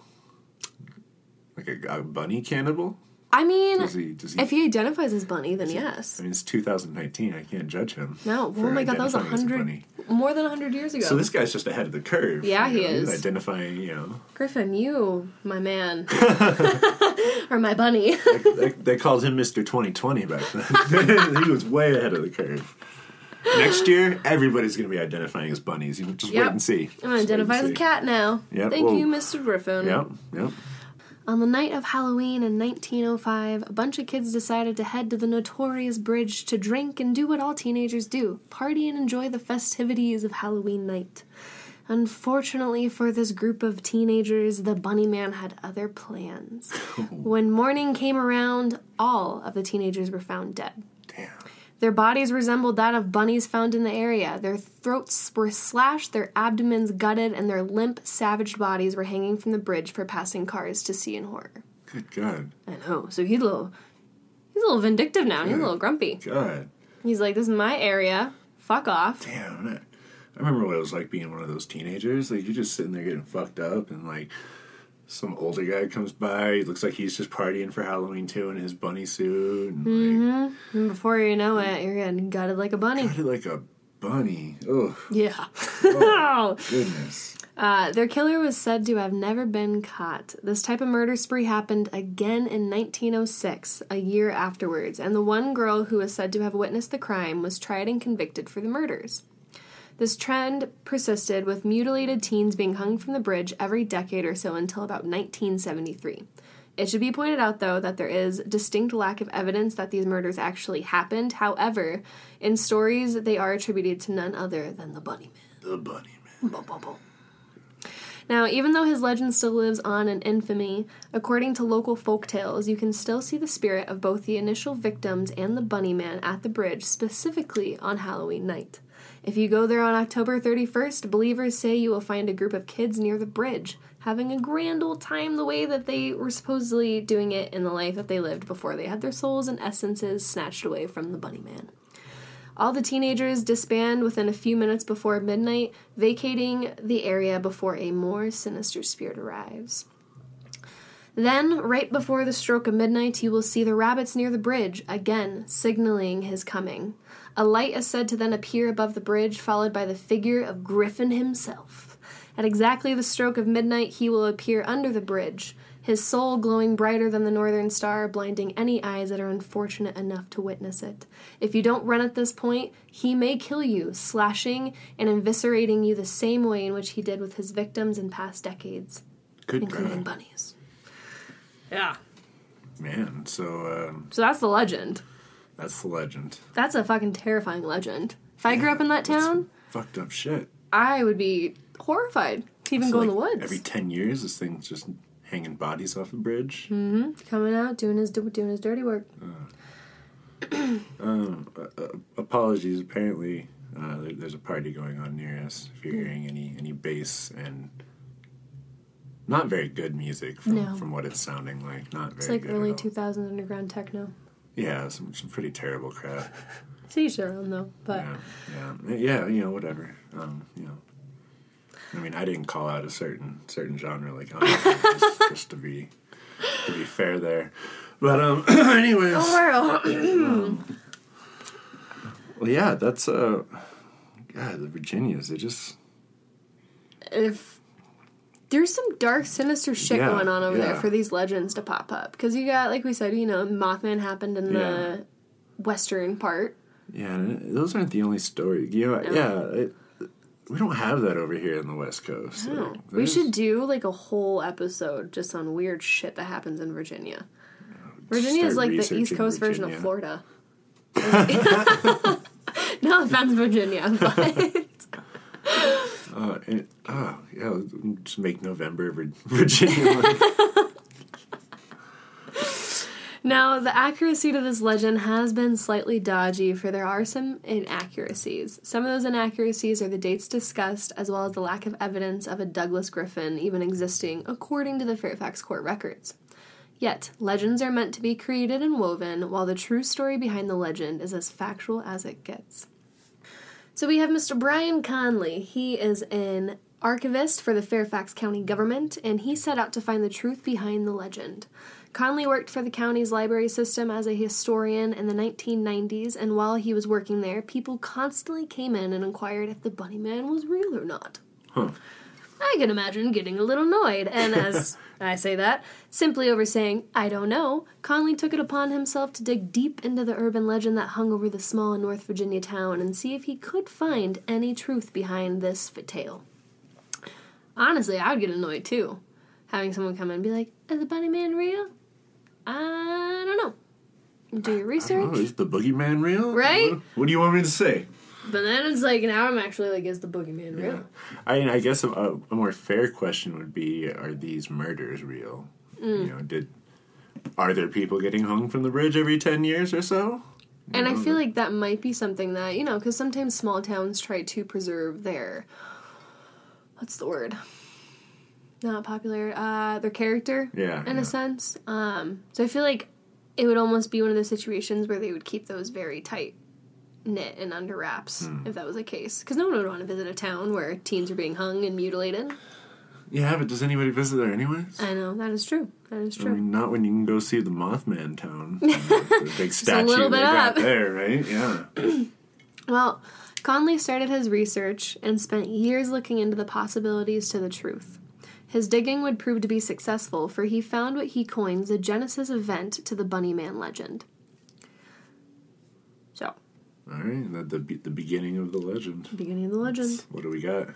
[SPEAKER 3] Like a, a bunny cannibal?
[SPEAKER 4] I mean,
[SPEAKER 3] Does he? Does he?
[SPEAKER 4] if he identifies as Bunny, then yes.
[SPEAKER 3] I mean, it's 2019. I can't judge him.
[SPEAKER 4] No,
[SPEAKER 3] for
[SPEAKER 4] oh my god, that was a
[SPEAKER 3] identifying as a
[SPEAKER 4] hundred,
[SPEAKER 3] bunny.
[SPEAKER 4] more than a hundred years ago.
[SPEAKER 3] So this guy's just ahead of the curve.
[SPEAKER 4] Yeah,
[SPEAKER 3] you
[SPEAKER 4] he
[SPEAKER 3] know, he's
[SPEAKER 4] is.
[SPEAKER 3] identifying. You know,
[SPEAKER 4] Griffin, you, my man, or my bunny.
[SPEAKER 3] they, they called him Mister 2020 back then. he was way ahead of the curve. Next year, everybody's going to be identifying as bunnies. You just wait
[SPEAKER 4] Yep.
[SPEAKER 3] and see.
[SPEAKER 4] I'm
[SPEAKER 3] Just
[SPEAKER 4] gonna
[SPEAKER 3] wait and
[SPEAKER 4] identify as a
[SPEAKER 3] see.
[SPEAKER 4] cat now.
[SPEAKER 3] Yep,
[SPEAKER 4] Thank
[SPEAKER 3] well-
[SPEAKER 4] you, Mr. Griffin.
[SPEAKER 3] Yep, yep.
[SPEAKER 4] On the night of Halloween in 1905, a bunch of kids decided to head to the notorious bridge to drink and do what all teenagers do party and enjoy the festivities of Halloween night. Unfortunately for this group of teenagers, the bunny man had other plans. when morning came around, all of the teenagers were found dead.
[SPEAKER 3] Damn.
[SPEAKER 4] Their bodies resembled that of bunnies found in the area. Their throats were slashed, their abdomens gutted, and their limp, savaged bodies were hanging from the bridge for passing cars to see in horror.
[SPEAKER 3] Good God.
[SPEAKER 4] I know. So he's a little, he's a little vindictive now. He's a little grumpy.
[SPEAKER 3] God.
[SPEAKER 4] He's like, "This is my area. Fuck off."
[SPEAKER 3] Damn it. I remember what it was like being one of those teenagers. Like, you're just sitting there getting fucked up, and like, some older guy comes by. He looks like he's just partying for Halloween too in his bunny suit. And
[SPEAKER 4] Mm-hmm.
[SPEAKER 3] like,
[SPEAKER 4] And before you know it, you're getting gutted like a bunny.
[SPEAKER 3] kinda like a bunny. Oh,
[SPEAKER 4] Yeah.
[SPEAKER 3] goodness.
[SPEAKER 4] Uh, their killer was said to have never been caught. This type of murder spree happened again in 1906, a year afterwards, and the one girl who was said to have witnessed the crime was tried and convicted for the murders. This trend persisted with mutilated teens being hung from the bridge every decade or so until about 1973. It should be pointed out, though, that there is distinct lack of evidence that these murders actually happened. However, in stories, they are attributed to none other than the Bunny Man.
[SPEAKER 3] The bunny, man.
[SPEAKER 4] Now, even though his legend still lives on in infamy, according to local folktales, you can still see the spirit of both the initial victims and the bunny man at the bridge, specifically on Halloween night. If you go there on October 31st, believers say you will find a group of kids near the bridge, having a grand old time the way that they were supposedly doing it in the life that they lived before they had their souls and essences snatched away from the bunny man. All the teenagers disband within a few minutes before midnight, vacating the area before a more sinister spirit arrives. Then, right before the stroke of midnight, you will see the rabbits near the bridge, again signaling his coming. A light is said to then appear above the bridge, followed by the figure of Griffin himself. At exactly the stroke of midnight, he will appear under the bridge, his soul glowing brighter than the northern star, blinding any eyes that are unfortunate enough to witness it. If you don't run at this point, he may kill you, slashing and eviscerating you the same way in which he did with his victims in past decades,
[SPEAKER 3] Good
[SPEAKER 4] including
[SPEAKER 3] God.
[SPEAKER 4] bunnies. Yeah.
[SPEAKER 3] Man, so um,
[SPEAKER 4] So that's the legend.
[SPEAKER 3] that's the legend.
[SPEAKER 4] That's a fucking terrifying legend. If I grew up in that town,
[SPEAKER 3] Fucked up shit.
[SPEAKER 4] I would be horrified to even
[SPEAKER 3] So,
[SPEAKER 4] go in
[SPEAKER 3] like,
[SPEAKER 4] the woods.
[SPEAKER 3] Every 10 years, this thing's just hanging bodies off a bridge.
[SPEAKER 4] Coming out, doing his doing his dirty work.
[SPEAKER 3] apologies. Apparently, uh, there, there's a party going on near us. If you're
[SPEAKER 4] Hmm.
[SPEAKER 3] hearing any any bass and not very good music from,
[SPEAKER 4] No.
[SPEAKER 3] from what it's sounding like, not very
[SPEAKER 4] It's like
[SPEAKER 3] good.
[SPEAKER 4] early
[SPEAKER 3] at all.
[SPEAKER 4] 2000s underground techno.
[SPEAKER 3] yeah, some some pretty terrible crap.
[SPEAKER 4] See you sure though, but
[SPEAKER 3] Yeah, yeah, yeah. You know, whatever. Um, you know. I mean, I didn't call out a certain certain genre like um, just, just to be to be fair there. But um, anyways, well, yeah, that's uh, God, the Virginias. They just
[SPEAKER 4] if there's some dark, sinister shit
[SPEAKER 3] Yeah,
[SPEAKER 4] going on over there
[SPEAKER 3] yeah.
[SPEAKER 4] for these legends to pop up. Because you got, like we said, you know, Mothman happened in
[SPEAKER 3] Yeah.
[SPEAKER 4] the western part.
[SPEAKER 3] yeah, and those aren't the only stories. You know, yeah, it, we don't have that over here in the West Coast. so
[SPEAKER 4] No. We
[SPEAKER 3] there's-
[SPEAKER 4] should do like a whole episode just on weird shit that happens in Virginia. Virginia is
[SPEAKER 3] start
[SPEAKER 4] like the East
[SPEAKER 3] researching
[SPEAKER 4] Coast version of
[SPEAKER 3] Virginia.
[SPEAKER 4] Florida. no offense, Virginia, but
[SPEAKER 3] Uh, and, oh, yeah, just make November Vir- Virginia. month.
[SPEAKER 4] now the accuracy to this legend has been slightly dodgy, for there are some inaccuracies. Some of those inaccuracies are the dates discussed, as well as the lack of evidence of a Douglas Griffin even existing, according to the Fairfax court records. Yet, legends are meant to be created and woven, while the true story behind the legend is as factual as it gets. So we have Mr. Brian Conley. He is an archivist for the Fairfax County government, and he set out to find the truth behind the legend. Conley worked for the county's library system as a historian in the 1990s, and while he was working there, people constantly came in and inquired if the bunny man was real or not. I can imagine getting a little annoyed, and as I say that, simply over saying, I don't know, Conley took it upon himself to dig deep into the urban legend that hung over the small North Virginia town and see if he could find any truth behind this f- tale. Honestly, I would get annoyed too, having someone come in and be like, Is the bunny man real? I don't know. Do your
[SPEAKER 3] oh,
[SPEAKER 4] research.
[SPEAKER 3] is the boogeyman real?
[SPEAKER 4] Right?
[SPEAKER 3] What, what do you want me to say?
[SPEAKER 4] But then it's like, now I'm actually like, Is the boogeyman real?
[SPEAKER 3] I mean, I guess a, a more fair question would be: Are these murders real?
[SPEAKER 4] Mm.
[SPEAKER 3] You know, did are there people getting hung from the bridge every ten years or so?
[SPEAKER 4] And I
[SPEAKER 3] Mm-hmm.
[SPEAKER 4] feel like that might be something that, you know, because sometimes small towns try to preserve their. What's the word? Not popular. Uh, their character.
[SPEAKER 3] Yeah,
[SPEAKER 4] In
[SPEAKER 3] yeah.
[SPEAKER 4] a sense. Um, so I feel like it would almost be one of those situations where they would keep those very tight knit and under wraps
[SPEAKER 3] Hmm.
[SPEAKER 4] if that was the case. Because no one would want to visit a town where teens are being hung and mutilated.
[SPEAKER 3] Yeah, but does anybody visit there anyways?
[SPEAKER 4] I know, that is true. That is
[SPEAKER 3] I
[SPEAKER 4] true.
[SPEAKER 3] mean, not when you can go see the Mothman Town, the big statue
[SPEAKER 4] little
[SPEAKER 3] they
[SPEAKER 4] bit
[SPEAKER 3] got
[SPEAKER 4] up.
[SPEAKER 3] there, right? Yeah.
[SPEAKER 4] Well, Conley started his research and spent years looking into the possibilities to the truth. His digging would prove to be successful, for he found what he coins the genesis event to the Bunny Man legend. So,
[SPEAKER 3] All right, that the be- the beginning of the legend.
[SPEAKER 4] beginning of the legend.
[SPEAKER 3] What do we got?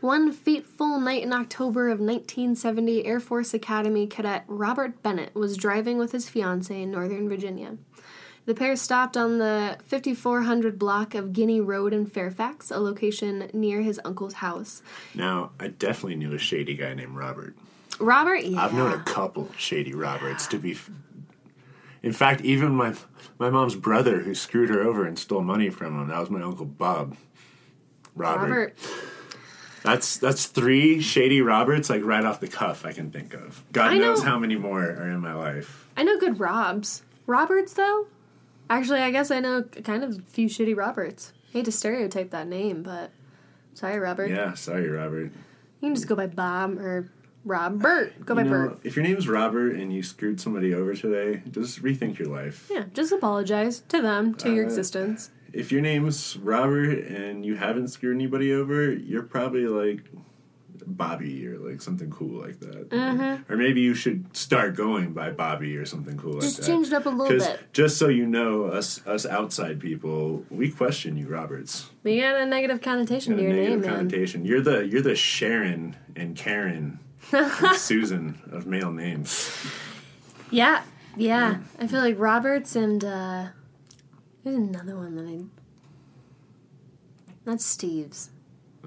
[SPEAKER 4] One fateful night in October of 1970, Air Force Academy cadet Robert Bennett was driving with his fiancee in Northern Virginia. The pair stopped on the 5400 block of Guinea Road in Fairfax, a location near his uncle's house.
[SPEAKER 3] Now, I definitely knew a shady guy named Robert.
[SPEAKER 4] Robert, yeah.
[SPEAKER 3] I've known a couple shady Roberts to be. F- in fact, even my my mom's brother who screwed her over and stole money from him. That was my uncle Bob. Robert.
[SPEAKER 4] Robert.
[SPEAKER 3] That's that's three shady Roberts like right off the cuff I can think of. God
[SPEAKER 4] I
[SPEAKER 3] knows
[SPEAKER 4] know-
[SPEAKER 3] how many more are in my life.
[SPEAKER 4] I know good Robs. Roberts, though? Actually, I guess I know kind of a few shitty Roberts. hate to stereotype that name, but sorry, Robert.
[SPEAKER 3] Yeah, sorry, Robert.
[SPEAKER 4] You can just go by Bob or Robert. Go by
[SPEAKER 3] You know,
[SPEAKER 4] Bert.
[SPEAKER 3] if your name's Robert and you screwed somebody over today, just rethink your life.
[SPEAKER 4] Yeah, just apologize to them, to your existence.
[SPEAKER 3] If your name's Robert and you haven't screwed anybody over, you're probably like Bobby or like something cool like that.
[SPEAKER 4] Mm-hmm.
[SPEAKER 3] Or maybe you should start going by Bobby or something cool
[SPEAKER 4] Just
[SPEAKER 3] like that.
[SPEAKER 4] change it up a little
[SPEAKER 3] 'Cause
[SPEAKER 4] bit.
[SPEAKER 3] Just so you know, us us outside people, we question you, Roberts.
[SPEAKER 4] But you got a negative connotation
[SPEAKER 3] Got
[SPEAKER 4] to
[SPEAKER 3] a
[SPEAKER 4] your
[SPEAKER 3] negative
[SPEAKER 4] name, man.
[SPEAKER 3] connotation. You're the you're the Sharon and Karen and Susan of male names.
[SPEAKER 4] Yeah, yeah.
[SPEAKER 3] Hmm.
[SPEAKER 4] I feel like Roberts and, uh, there's another one that I. That's Steve's.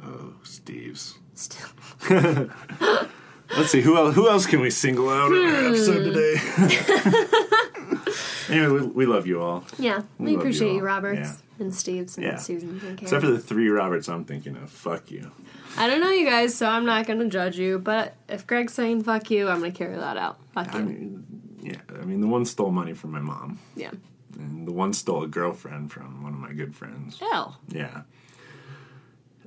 [SPEAKER 3] Oh, Steve's.
[SPEAKER 4] Still.
[SPEAKER 3] Let's see who else. Who else can we single out in our episode
[SPEAKER 4] Hmm.
[SPEAKER 3] today? anyway, we, we love you all,
[SPEAKER 4] Yeah,
[SPEAKER 3] love
[SPEAKER 4] we
[SPEAKER 3] you
[SPEAKER 4] appreciate you,
[SPEAKER 3] all.
[SPEAKER 4] Roberts and Steve's and
[SPEAKER 3] Yeah.
[SPEAKER 4] Susan's and Karen.
[SPEAKER 3] except for the three Roberts I'm thinking of. Fuck you.
[SPEAKER 4] I don't know you guys, so I'm not gonna judge you. But if Greg's saying "fuck you," I'm gonna carry that out. Fuck
[SPEAKER 3] I
[SPEAKER 4] you.
[SPEAKER 3] mean, yeah. I mean, the one stole money from my mom,
[SPEAKER 4] yeah.
[SPEAKER 3] and the one stole a girlfriend from one of my good friends.
[SPEAKER 4] Hell.
[SPEAKER 3] Yeah.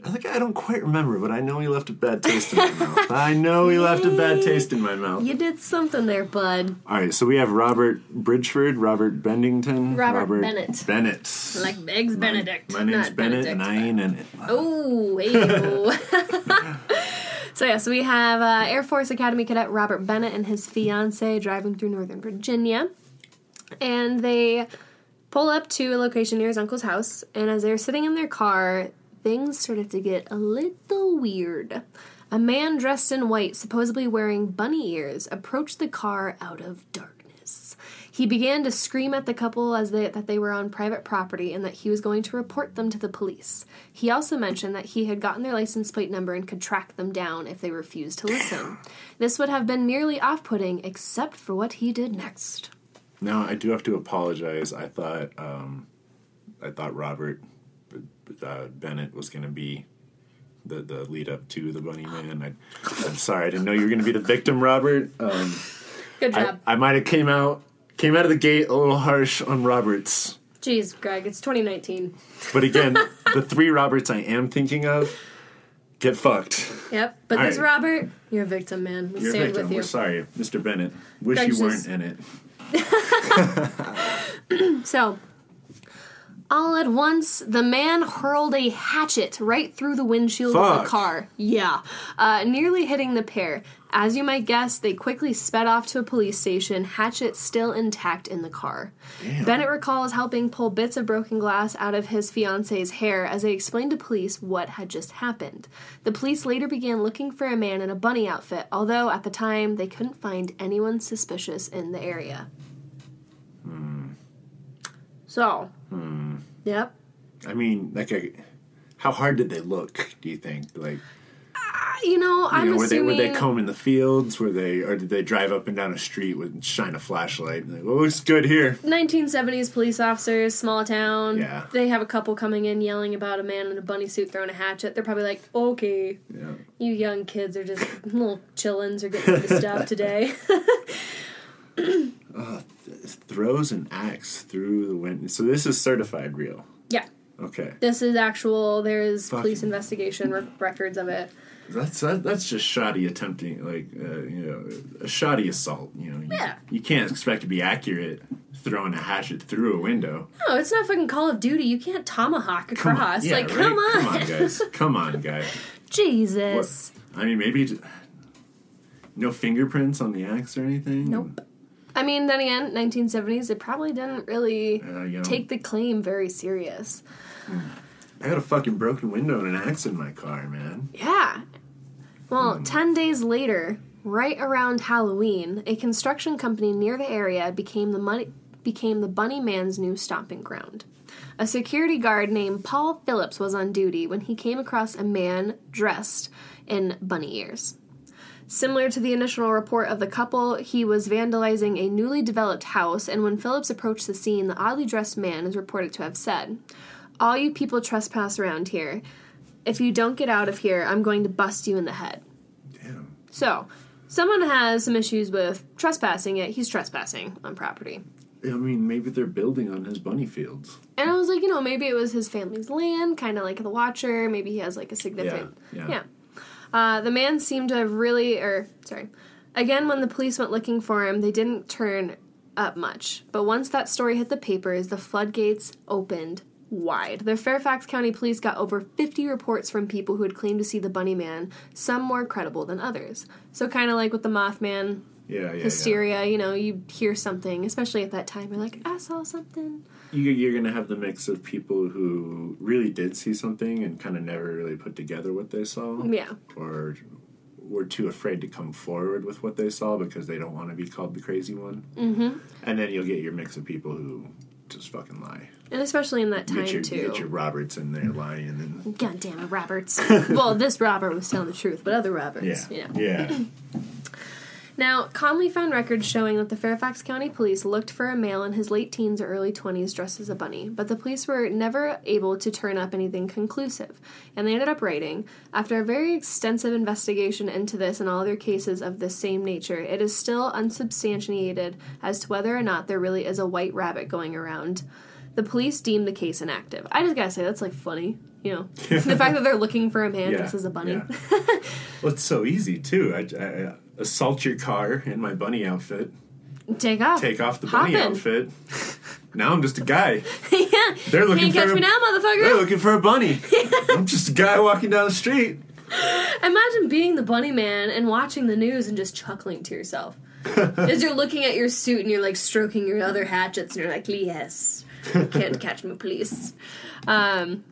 [SPEAKER 3] I think I don't quite remember, but I know he left a bad taste in my mouth. I know he left a bad taste in my mouth.
[SPEAKER 4] You did something there, bud.
[SPEAKER 3] All right, so we have Robert Bridgeford, Robert Bendington,
[SPEAKER 4] Robert Bennett.
[SPEAKER 3] Bennett.
[SPEAKER 4] Like Eggs Benedict.
[SPEAKER 3] My name's
[SPEAKER 4] not
[SPEAKER 3] Bennett, and I ain't
[SPEAKER 4] Benedict,
[SPEAKER 3] in it.
[SPEAKER 4] Oh, hey. so, yes, we have uh, Air Force Academy cadet Robert Bennett and his fiance driving through Northern Virginia. And they pull up to a location near his uncle's house. And as they're sitting in their car, things started to get a little weird. A man dressed in white, supposedly wearing bunny ears, approached the car out of darkness. He began to scream at the couple as they, that they were on private property and that he was going to report them to the police. He also mentioned that he had gotten their license plate number and could track them down if they refused to listen. This would have been merely off putting, except for what he did next.
[SPEAKER 3] Now I do have to apologize. I thought um, I thought Robert uh, Bennett was going to be the the lead up to the Bunny Man. I, I'm sorry, I didn't know you were going to be the victim, Robert. Um,
[SPEAKER 4] Good
[SPEAKER 3] I,
[SPEAKER 4] job.
[SPEAKER 3] I might have came out came out of the gate a little harsh on Roberts,
[SPEAKER 4] Jeez, Greg, it's 2019.
[SPEAKER 3] but again, the three Roberts I am thinking of get fucked.
[SPEAKER 4] Yep. But
[SPEAKER 3] All
[SPEAKER 4] this
[SPEAKER 3] right.
[SPEAKER 4] Robert, you're a victim, man. We
[SPEAKER 3] You're a
[SPEAKER 4] stand
[SPEAKER 3] victim.
[SPEAKER 4] with you.
[SPEAKER 3] We're sorry, Mr. Bennett. Wish
[SPEAKER 4] Gracious.
[SPEAKER 3] you weren't in it.
[SPEAKER 4] So, all at once, the man hurled a hatchet right through the windshield of
[SPEAKER 3] Fuck.
[SPEAKER 4] the car. Yeah, uh, nearly hitting the pair. As you might guess, they quickly sped off to a police station, hatchet still intact in the car. Bennett recalls helping pull bits of broken glass out of his fiance's hair as they explained to police what had just happened. The police later began looking for a man in a bunny outfit, although at the time they couldn't find anyone suspicious in the area. So, yep.
[SPEAKER 3] I mean, like, I, how hard did they look? Do you think? Like,
[SPEAKER 4] You know, I'm
[SPEAKER 3] You know, were they
[SPEAKER 4] assuming.
[SPEAKER 3] were they combing the fields? Were they or did they drive up and down a street with shine a flashlight? And like, well, looks good here.
[SPEAKER 4] 1970s police officers, small town.
[SPEAKER 3] Yeah.
[SPEAKER 4] They have a couple coming in yelling about a man in a bunny suit throwing a hatchet. They're probably like, okay,
[SPEAKER 3] Yeah.
[SPEAKER 4] you young kids are just little chillins are getting into stuff today.
[SPEAKER 3] Throws an axe through the window. So this is certified real.
[SPEAKER 4] yeah.
[SPEAKER 3] Okay,
[SPEAKER 4] This is actual, there is police
[SPEAKER 3] Fucking-
[SPEAKER 4] investigation re- records of it.
[SPEAKER 3] that's that, that's just shoddy attempting, like uh, you know, a shoddy assault. You know, you,
[SPEAKER 4] Yeah.
[SPEAKER 3] you can't expect to be accurate throwing a hatchet through a window.
[SPEAKER 4] No, Oh, it's not fucking Call of Duty. You can't tomahawk across.
[SPEAKER 3] yeah,
[SPEAKER 4] like,
[SPEAKER 3] right?
[SPEAKER 4] come on.
[SPEAKER 3] come on, guys, come on, guys.
[SPEAKER 4] Jesus.
[SPEAKER 3] I mean, maybe j- no fingerprints on the axe or anything.
[SPEAKER 4] Nope. I mean, then again, 1970s, they probably didn't really
[SPEAKER 3] Uh, you know,
[SPEAKER 4] take the claim very serious.
[SPEAKER 3] I got a fucking broken window and an axe in my car, man.
[SPEAKER 4] Yeah. Well, 10 days later, right around Halloween, a construction company near the area became the money became the bunny man's new stomping ground. A security guard named Paul Phillips was on duty when he came across a man dressed in bunny ears. Similar to the initial report of the couple, he was vandalizing a newly developed house, and when Phillips approached the scene, the oddly dressed man is reported to have said, All you people trespass around here. If you don't get out of here, I'm going to bust you in the head.
[SPEAKER 3] Damn.
[SPEAKER 4] So, someone has some issues with trespassing it. He's trespassing on property.
[SPEAKER 3] I mean, maybe they're building on his bunny fields.
[SPEAKER 4] And I was like, you know, maybe it was his family's land, kind of like the Watcher. Maybe he has like a significant.
[SPEAKER 3] Yeah,
[SPEAKER 4] Yeah.
[SPEAKER 3] yeah.
[SPEAKER 4] Uh, the man seemed to have really, or sorry, again, when the police went looking for him, they didn't turn up much. But once that story hit the papers, the floodgates opened wide. The Fairfax County Police got over 50 reports from people who had claimed to see the Bunny Man, some more credible than others. So, kind of like with the Mothman
[SPEAKER 3] Yeah, yeah.
[SPEAKER 4] hysteria, you know, you hear something, especially at that time, you're like, I saw something.
[SPEAKER 3] You, you're going to have the mix of people who really did see something and kind of never really put together what they saw.
[SPEAKER 4] Yeah.
[SPEAKER 3] Or were too afraid to come forward with what they saw because they don't want to be called the crazy one. Mm-hmm. And then you'll get your mix of people who just fucking lie.
[SPEAKER 4] And especially in that time,
[SPEAKER 3] Get your,
[SPEAKER 4] too.
[SPEAKER 3] get your Roberts in there lying and
[SPEAKER 4] Goddamn it, Roberts. well, this Robert was telling the truth, but other Roberts, you
[SPEAKER 3] yeah.
[SPEAKER 4] know.
[SPEAKER 3] Yeah.
[SPEAKER 4] Now, Conley found records showing that the Fairfax County Police looked for a male in his late teens or early 20s dressed as a bunny, but the police were never able to turn up anything conclusive, and they ended up writing After a very extensive investigation into this and all other cases of this same nature, it is still unsubstantiated as to whether or not there really is a white rabbit going around. The The police deemed the case inactive. I just gotta say that's like funny, you know, the fact that they're looking for him hand dressed as a bunny.
[SPEAKER 3] yeah. well, it's so easy too. I, I- I assault your car in my bunny outfit.
[SPEAKER 4] Take off.
[SPEAKER 3] Take off the
[SPEAKER 4] Hop
[SPEAKER 3] bunny
[SPEAKER 4] in.
[SPEAKER 3] outfit. Now I'm just a guy.
[SPEAKER 4] yeah.
[SPEAKER 3] They're looking
[SPEAKER 4] Can't catch
[SPEAKER 3] for.
[SPEAKER 4] me now,
[SPEAKER 3] They're
[SPEAKER 4] motherfucker.
[SPEAKER 3] looking for a bunny. I'm just a guy walking down the street.
[SPEAKER 4] Imagine being the bunny man and watching the news and just chuckling to yourself. As you're looking at your suit and you're like stroking your other hatchets and you're like, yes, you can't catch me, please. Um,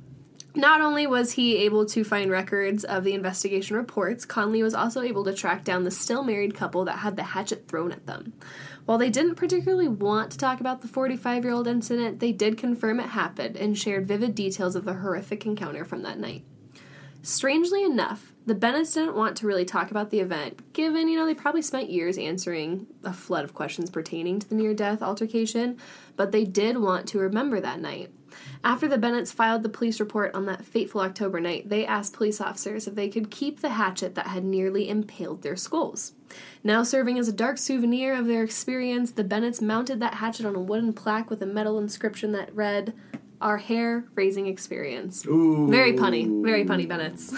[SPEAKER 4] not only was he able to find records of the investigation reports, Conley was also able to track down the still married couple that had the hatchet thrown at them. While they didn't particularly want to talk about the 45 year old incident, they did confirm it happened and shared vivid details of the horrific encounter from that night. Strangely enough, the Bennets didn't want to really talk about the event, given, you know, they probably spent years answering a flood of questions pertaining to the near death altercation, but they did want to remember that night. After the Bennets filed the police report on that fateful October night, they asked police officers if they could keep the hatchet that had nearly impaled their skulls. Now serving as a dark souvenir of their experience, the Bennets mounted that hatchet on a wooden plaque with a metal inscription that read, Our hair raising experience.
[SPEAKER 3] Ooh.
[SPEAKER 4] Very punny. Very punny, Bennett's.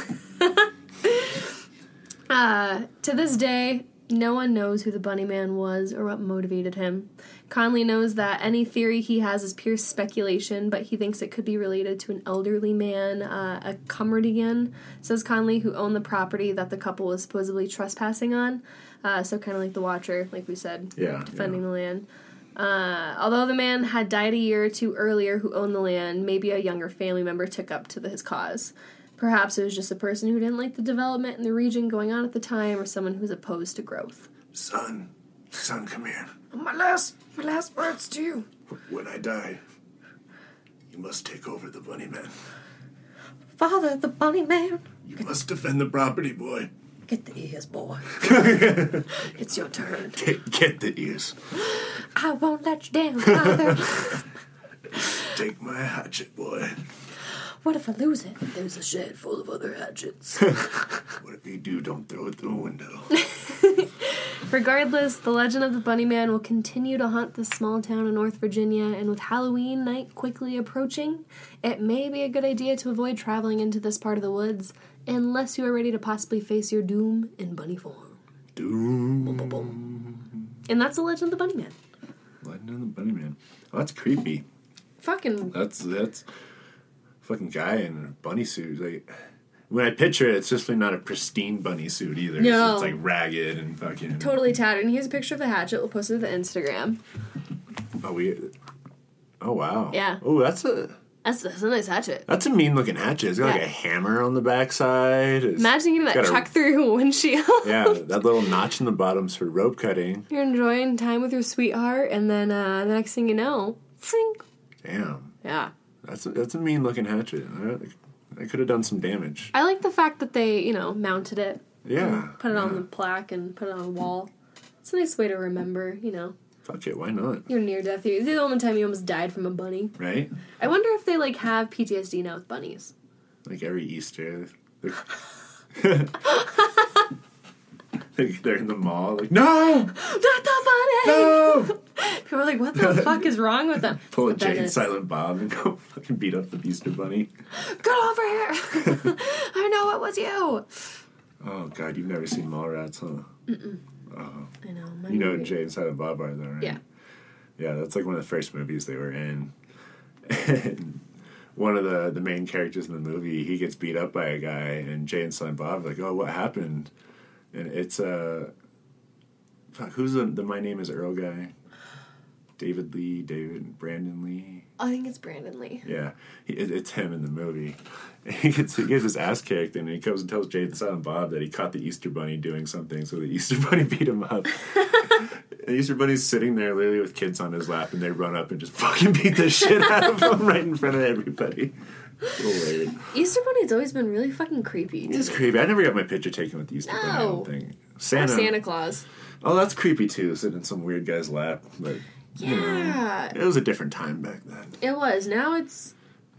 [SPEAKER 4] uh, to this day, no one knows who the bunny man was or what motivated him. Conley knows that any theory he has is pure speculation, but he thinks it could be related to an elderly man, uh, a Cumberdian, says Conley, who owned the property that the couple was supposedly trespassing on. Uh, so, kind of like the Watcher, like we said,
[SPEAKER 3] Yeah,
[SPEAKER 4] defending
[SPEAKER 3] yeah.
[SPEAKER 4] the land. Uh, although the man had died a year or two earlier who owned the land, maybe a younger family member took up to the, his cause. Perhaps it was just a person who didn't like the development in the region going on at the time or someone who's opposed to growth.
[SPEAKER 3] Son, son, come here.
[SPEAKER 4] My last, my last words to you.
[SPEAKER 3] When I die, you must take over the bunny man.
[SPEAKER 4] Father, the bunny man.
[SPEAKER 3] You must defend the property, boy.
[SPEAKER 4] Get the ears, boy. it's your turn.
[SPEAKER 3] Get, get the ears.
[SPEAKER 4] I won't let you down, father.
[SPEAKER 3] Take my hatchet, boy.
[SPEAKER 4] what if I lose it? There's a shed full of other hatchets.
[SPEAKER 3] What if you do, don't throw it through a window.
[SPEAKER 4] Regardless, the legend of the Bunny Man will continue to haunt this small town in North Virginia, and with Halloween night quickly approaching, it may be a good idea to avoid traveling into this part of the woods unless you are ready to possibly face your doom in bunny form.
[SPEAKER 3] Doom.
[SPEAKER 4] And that's the legend of the Bunny Man.
[SPEAKER 3] Lightning and the bunny man. Oh, that's creepy.
[SPEAKER 4] Fucking.
[SPEAKER 3] That's that's fucking guy in a bunny suit. Like when I picture it, it's just like not a pristine bunny suit either. It's-
[SPEAKER 4] No.
[SPEAKER 3] It's, like ragged and fucking.
[SPEAKER 4] Totally tattered. And here's a picture of the hatchet. We'll post it to the Instagram.
[SPEAKER 3] Oh, we. Oh wow.
[SPEAKER 4] Yeah.
[SPEAKER 3] Oh, that's a
[SPEAKER 4] That's, that's a nice hatchet.
[SPEAKER 3] that's a mean looking hatchet. It's got like
[SPEAKER 4] Yeah.
[SPEAKER 3] a hammer on the backside. It's
[SPEAKER 4] Imagine getting that
[SPEAKER 3] got a-
[SPEAKER 4] chuck through your windshield.
[SPEAKER 3] yeah, that little notch in the bottom's for rope cutting.
[SPEAKER 4] You're enjoying time with your sweetheart, and then uh, the next thing you know, sink.
[SPEAKER 3] Damn,
[SPEAKER 4] Yeah.
[SPEAKER 3] that's a, that's a mean looking hatchet. I, I could have done some damage.
[SPEAKER 4] I like the fact that they, you know, mounted it,
[SPEAKER 3] Yeah.
[SPEAKER 4] put it on the plaque, and put it on a wall. It's a nice way to remember, you know,
[SPEAKER 3] Fuck it, why not?
[SPEAKER 4] your near death. It's the only time you almost died from a bunny.
[SPEAKER 3] Right?
[SPEAKER 4] I wonder if they like have PTSD now with bunnies.
[SPEAKER 3] Like every Easter. They're, they're in the mall, like, no!
[SPEAKER 4] Not the bunny.
[SPEAKER 3] No!
[SPEAKER 4] People are like, "What the fuck is wrong with them?"
[SPEAKER 3] Pull a
[SPEAKER 4] It's the
[SPEAKER 3] Jane
[SPEAKER 4] Venice.
[SPEAKER 3] Silent Bob and go fucking beat up the Easter Bunny.
[SPEAKER 4] Get over here! I know it was you.
[SPEAKER 3] Oh, God, you've never seen Mallrats, huh?
[SPEAKER 4] I know. My
[SPEAKER 3] You know
[SPEAKER 4] memory-
[SPEAKER 3] what Jay and Silent Bob are, though, right?
[SPEAKER 4] Yeah.
[SPEAKER 3] Yeah, that's like one of the first movies they were in. And one of the, the main characters in the movie, he gets beat up by a guy, and Jay and Silent Bob are like, oh, what happened? And it's Uh, fuck, who's the, the My Name is Earl guy? David Lee, David, Brandon Lee.
[SPEAKER 4] I think it's Brandon Lee.
[SPEAKER 3] Yeah, he, it, it's him in the movie. He gets, he gets his ass kicked, and he comes and tells Jade and Silent Bob that he caught the Easter Bunny doing something, so the Easter Bunny beat him up. the Easter Bunny's sitting there literally with kids on his lap, and they run up and just fucking beat the shit out of him right in front of everybody. Little weird.
[SPEAKER 4] Easter Bunny's always been really fucking creepy.
[SPEAKER 3] It's creepy. I never got my picture taken with the Easter Bunny. I
[SPEAKER 4] No.
[SPEAKER 3] don't think.
[SPEAKER 4] Or
[SPEAKER 3] Santa.
[SPEAKER 4] Santa Claus.
[SPEAKER 3] Oh, that's creepy too, sitting in some weird guy's lap. But
[SPEAKER 4] Yeah.
[SPEAKER 3] it was a different time back then.
[SPEAKER 4] It was. Now it's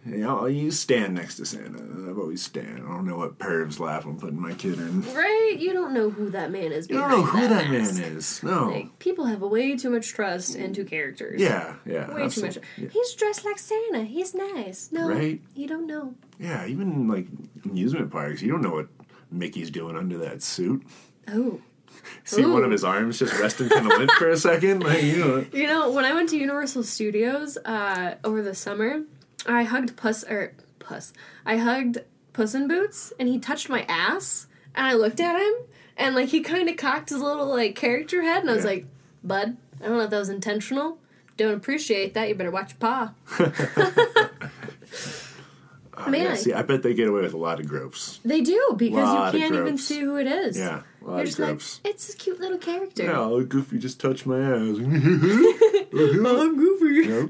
[SPEAKER 3] You know, oh, you stand next to Santa. I've always stand. I don't know what pervs laugh I'm putting my kid in.
[SPEAKER 4] Right? You don't know who that man is.
[SPEAKER 3] You don't know who that man
[SPEAKER 4] mask.
[SPEAKER 3] is. No.
[SPEAKER 4] Like, people have way too much trust into characters.
[SPEAKER 3] yeah, yeah.
[SPEAKER 4] Way too much.
[SPEAKER 3] absolutely. Yeah.
[SPEAKER 4] He's dressed like Santa. He's nice. No,
[SPEAKER 3] Right?
[SPEAKER 4] you don't know.
[SPEAKER 3] Yeah, even in, like amusement parks, you don't know what Mickey's doing under that suit.
[SPEAKER 4] Oh.
[SPEAKER 3] See one
[SPEAKER 4] Ooh.
[SPEAKER 3] of his arms just resting kind of limp for a second, like you know.
[SPEAKER 4] You know, when I went to Universal Studios uh, over the summer, I hugged Puss or Puss. I hugged Puss in Boots, and he touched my ass, and I looked at him, and like he kind of cocked his little like character head, and I was
[SPEAKER 3] Yeah.
[SPEAKER 4] like, "Bud, I don't know if that was intentional. Don't appreciate that. You better watch your paw." Man,
[SPEAKER 3] Yeah, see, I bet they get away with a lot of gropes.
[SPEAKER 4] they do because
[SPEAKER 3] Lot
[SPEAKER 4] you
[SPEAKER 3] of
[SPEAKER 4] can't even
[SPEAKER 3] gropes.
[SPEAKER 4] see who it is.
[SPEAKER 3] Yeah, a lot
[SPEAKER 4] You're
[SPEAKER 3] of
[SPEAKER 4] just like,
[SPEAKER 3] gropes.
[SPEAKER 4] it's a cute little character.
[SPEAKER 3] yeah, oh, Goofy just touched my ass.
[SPEAKER 4] I'm goofy.
[SPEAKER 3] You know?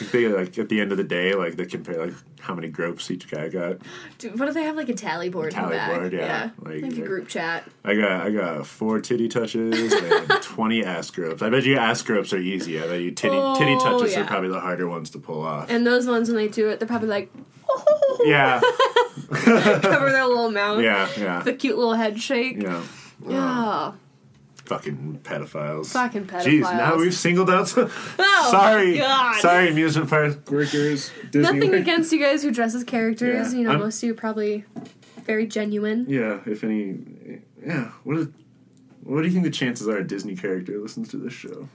[SPEAKER 3] Like, they like at the end of the day, like they compare like how many gropes each guy got.
[SPEAKER 4] Dude, what if they have like a tally board? in
[SPEAKER 3] Tally
[SPEAKER 4] the back?
[SPEAKER 3] board, yeah.
[SPEAKER 4] Like,
[SPEAKER 3] Like-
[SPEAKER 4] a group chat.
[SPEAKER 3] I got I got four titty touches and twenty ass gropes. I bet you ass gropes are easy. I bet you titty titty
[SPEAKER 4] Oh,
[SPEAKER 3] touches
[SPEAKER 4] yeah.
[SPEAKER 3] are probably the harder ones to pull off.
[SPEAKER 4] And those ones, when they do it, they're probably like,
[SPEAKER 3] yeah,
[SPEAKER 4] cover their little mouth.
[SPEAKER 3] yeah, yeah,
[SPEAKER 4] The cute little head shake.
[SPEAKER 3] yeah.
[SPEAKER 4] Yeah.
[SPEAKER 3] Fucking pedophiles.
[SPEAKER 4] Fucking
[SPEAKER 3] Jeez, now
[SPEAKER 4] pedophiles.
[SPEAKER 3] we've singled out. Some,
[SPEAKER 4] Oh,
[SPEAKER 3] sorry,
[SPEAKER 4] God.
[SPEAKER 3] sorry, amusement park workers. Disney
[SPEAKER 4] Nothing
[SPEAKER 3] work-
[SPEAKER 4] against you guys who dress as characters.
[SPEAKER 3] Yeah.
[SPEAKER 4] You know,
[SPEAKER 3] I'm-
[SPEAKER 4] most of you are probably very genuine.
[SPEAKER 3] Yeah, if any. Yeah, what? Is, what do you think the chances are a Disney character listens to this show?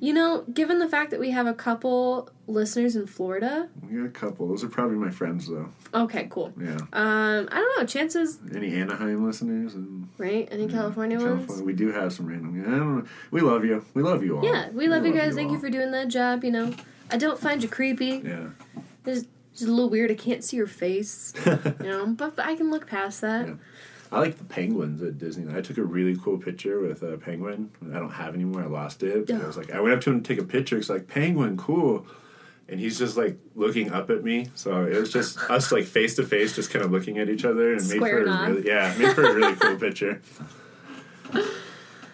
[SPEAKER 4] You know, given the fact that we have a couple listeners in Florida.
[SPEAKER 3] We got a couple. Those are probably my friends, though.
[SPEAKER 4] Okay, cool.
[SPEAKER 3] Yeah.
[SPEAKER 4] Um, I don't know. Chances,
[SPEAKER 3] Any Anaheim listeners and
[SPEAKER 4] right? Any California ones?
[SPEAKER 3] California? We do have some random. I don't know. We love you. We love you all.
[SPEAKER 4] Yeah, we love you guys. Thank you
[SPEAKER 3] all.
[SPEAKER 4] for doing that job. You know, I don't find you creepy.
[SPEAKER 3] Yeah.
[SPEAKER 4] It's just a little weird. I can't see your face. you know, but, but I can look past that.
[SPEAKER 3] Yeah. I like the penguins at Disneyland. I took a really cool picture with a penguin. I don't have it anymore. I lost it. And I was like, I went up to him to take a picture. He's like, penguin, cool. And he's just like looking up at me. So it was just us like face to face, just kind of looking at each other, and it
[SPEAKER 4] Squared
[SPEAKER 3] made for
[SPEAKER 4] off.
[SPEAKER 3] a really yeah, it made for a really cool picture.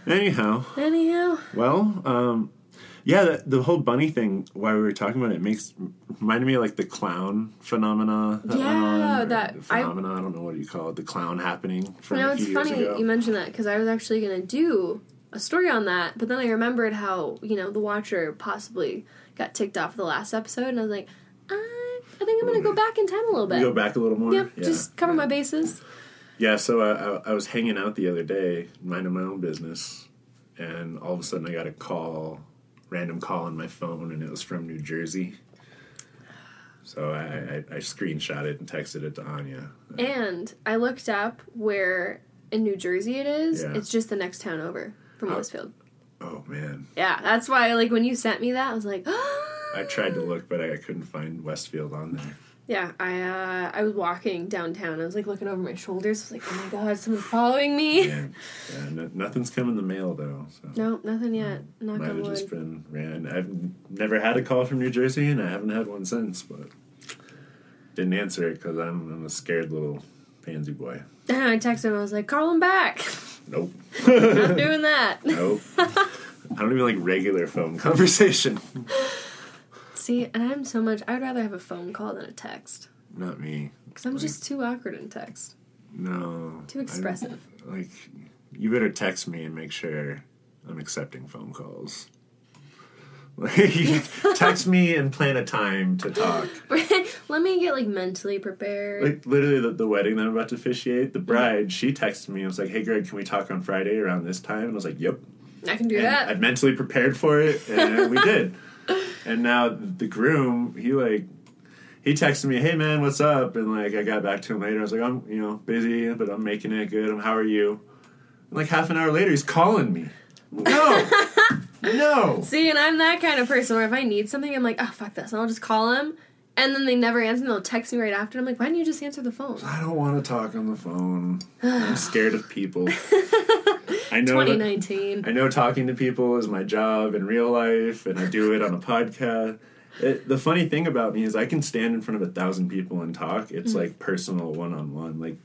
[SPEAKER 3] Anyhow,
[SPEAKER 4] Anyhow,
[SPEAKER 3] well, um, yeah, the, the whole bunny thing. Why we were talking about it makes reminded me of, like the clown phenomena. That went
[SPEAKER 4] Yeah,
[SPEAKER 3] on, or
[SPEAKER 4] that-
[SPEAKER 3] the
[SPEAKER 4] I-
[SPEAKER 3] phenomena. I, don't know what you call it. The clown happening. From
[SPEAKER 4] you know,
[SPEAKER 3] a
[SPEAKER 4] it's
[SPEAKER 3] few
[SPEAKER 4] funny
[SPEAKER 3] years ago.
[SPEAKER 4] you mentioned that because I was actually going to do a story on that, but then I remembered how, you know, the Watcher possibly got ticked off the last episode, and I was like, "Uh, I, I think I'm going to go back in time a little
[SPEAKER 3] We go
[SPEAKER 4] bit.
[SPEAKER 3] back a little more.
[SPEAKER 4] Yep,
[SPEAKER 3] yeah.
[SPEAKER 4] just cover my bases.
[SPEAKER 3] Yeah, so I, I, I was hanging out the other day, minding my own business, and all of a sudden I got a call, random call on my phone, and it was from New Jersey. So I, I, I screenshot it and texted it to Anya.
[SPEAKER 4] And I looked up where in New Jersey it is.
[SPEAKER 3] Yeah.
[SPEAKER 4] It's just the next town over from Westfield.
[SPEAKER 3] Oh man,
[SPEAKER 4] Yeah, that's why, like, when you sent me that, I was like,
[SPEAKER 3] I tried to look, but I couldn't find Westfield on there.
[SPEAKER 4] Yeah, I uh, I was walking downtown. I was like looking over my shoulders. I was like, oh my god, someone's following me.
[SPEAKER 3] Yeah, yeah, no, nothing's come in the mail though. So
[SPEAKER 4] No, nothing yet. Knock
[SPEAKER 3] might
[SPEAKER 4] on
[SPEAKER 3] have
[SPEAKER 4] wood.
[SPEAKER 3] just been ran. I've never had a call from New Jersey, and I haven't had one since. But didn't answer it because I'm, I'm a scared little pansy boy.
[SPEAKER 4] Then I texted him. I was like, call him back.
[SPEAKER 3] Nope,
[SPEAKER 4] I'm doing that.
[SPEAKER 3] nope. I don't even like regular phone conversation.
[SPEAKER 4] See, and I'm so much. I'd rather have a phone call than a text
[SPEAKER 3] Not me.
[SPEAKER 4] because I'm just too awkward in text,
[SPEAKER 3] No.
[SPEAKER 4] too expressive.
[SPEAKER 3] I'm, like, you better text me and make sure I'm accepting phone calls. Like, text me and plan a time to talk.
[SPEAKER 4] Let me get like mentally prepared.
[SPEAKER 3] Like literally the, the wedding that I'm about to officiate, the bride, she texted me and was like, Hey Greg, can we talk on Friday around this time? And I was like, Yep.
[SPEAKER 4] I can do
[SPEAKER 3] And
[SPEAKER 4] that.
[SPEAKER 3] I mentally prepared for it and we did. And now the groom, he like he texted me, Hey man, what's up? And like I got back to him later. I was like, I'm you know, busy, but I'm making it good. I'm how are you? And like half an hour later he's calling me. No. no.
[SPEAKER 4] See, and I'm that kind of person where if I need something, I'm like, oh fuck this, and I'll just call him. And then they never answer, and they'll text me right after. And I'm like, why didn't you just answer the phone?
[SPEAKER 3] I don't want to talk on the phone. I'm scared of people. I know that-
[SPEAKER 4] 2019.
[SPEAKER 3] I know talking to people is my job in real life, and I do it on a podcast. It, the funny thing about me is I can stand in front of a thousand people and talk. It's like personal one on one. Like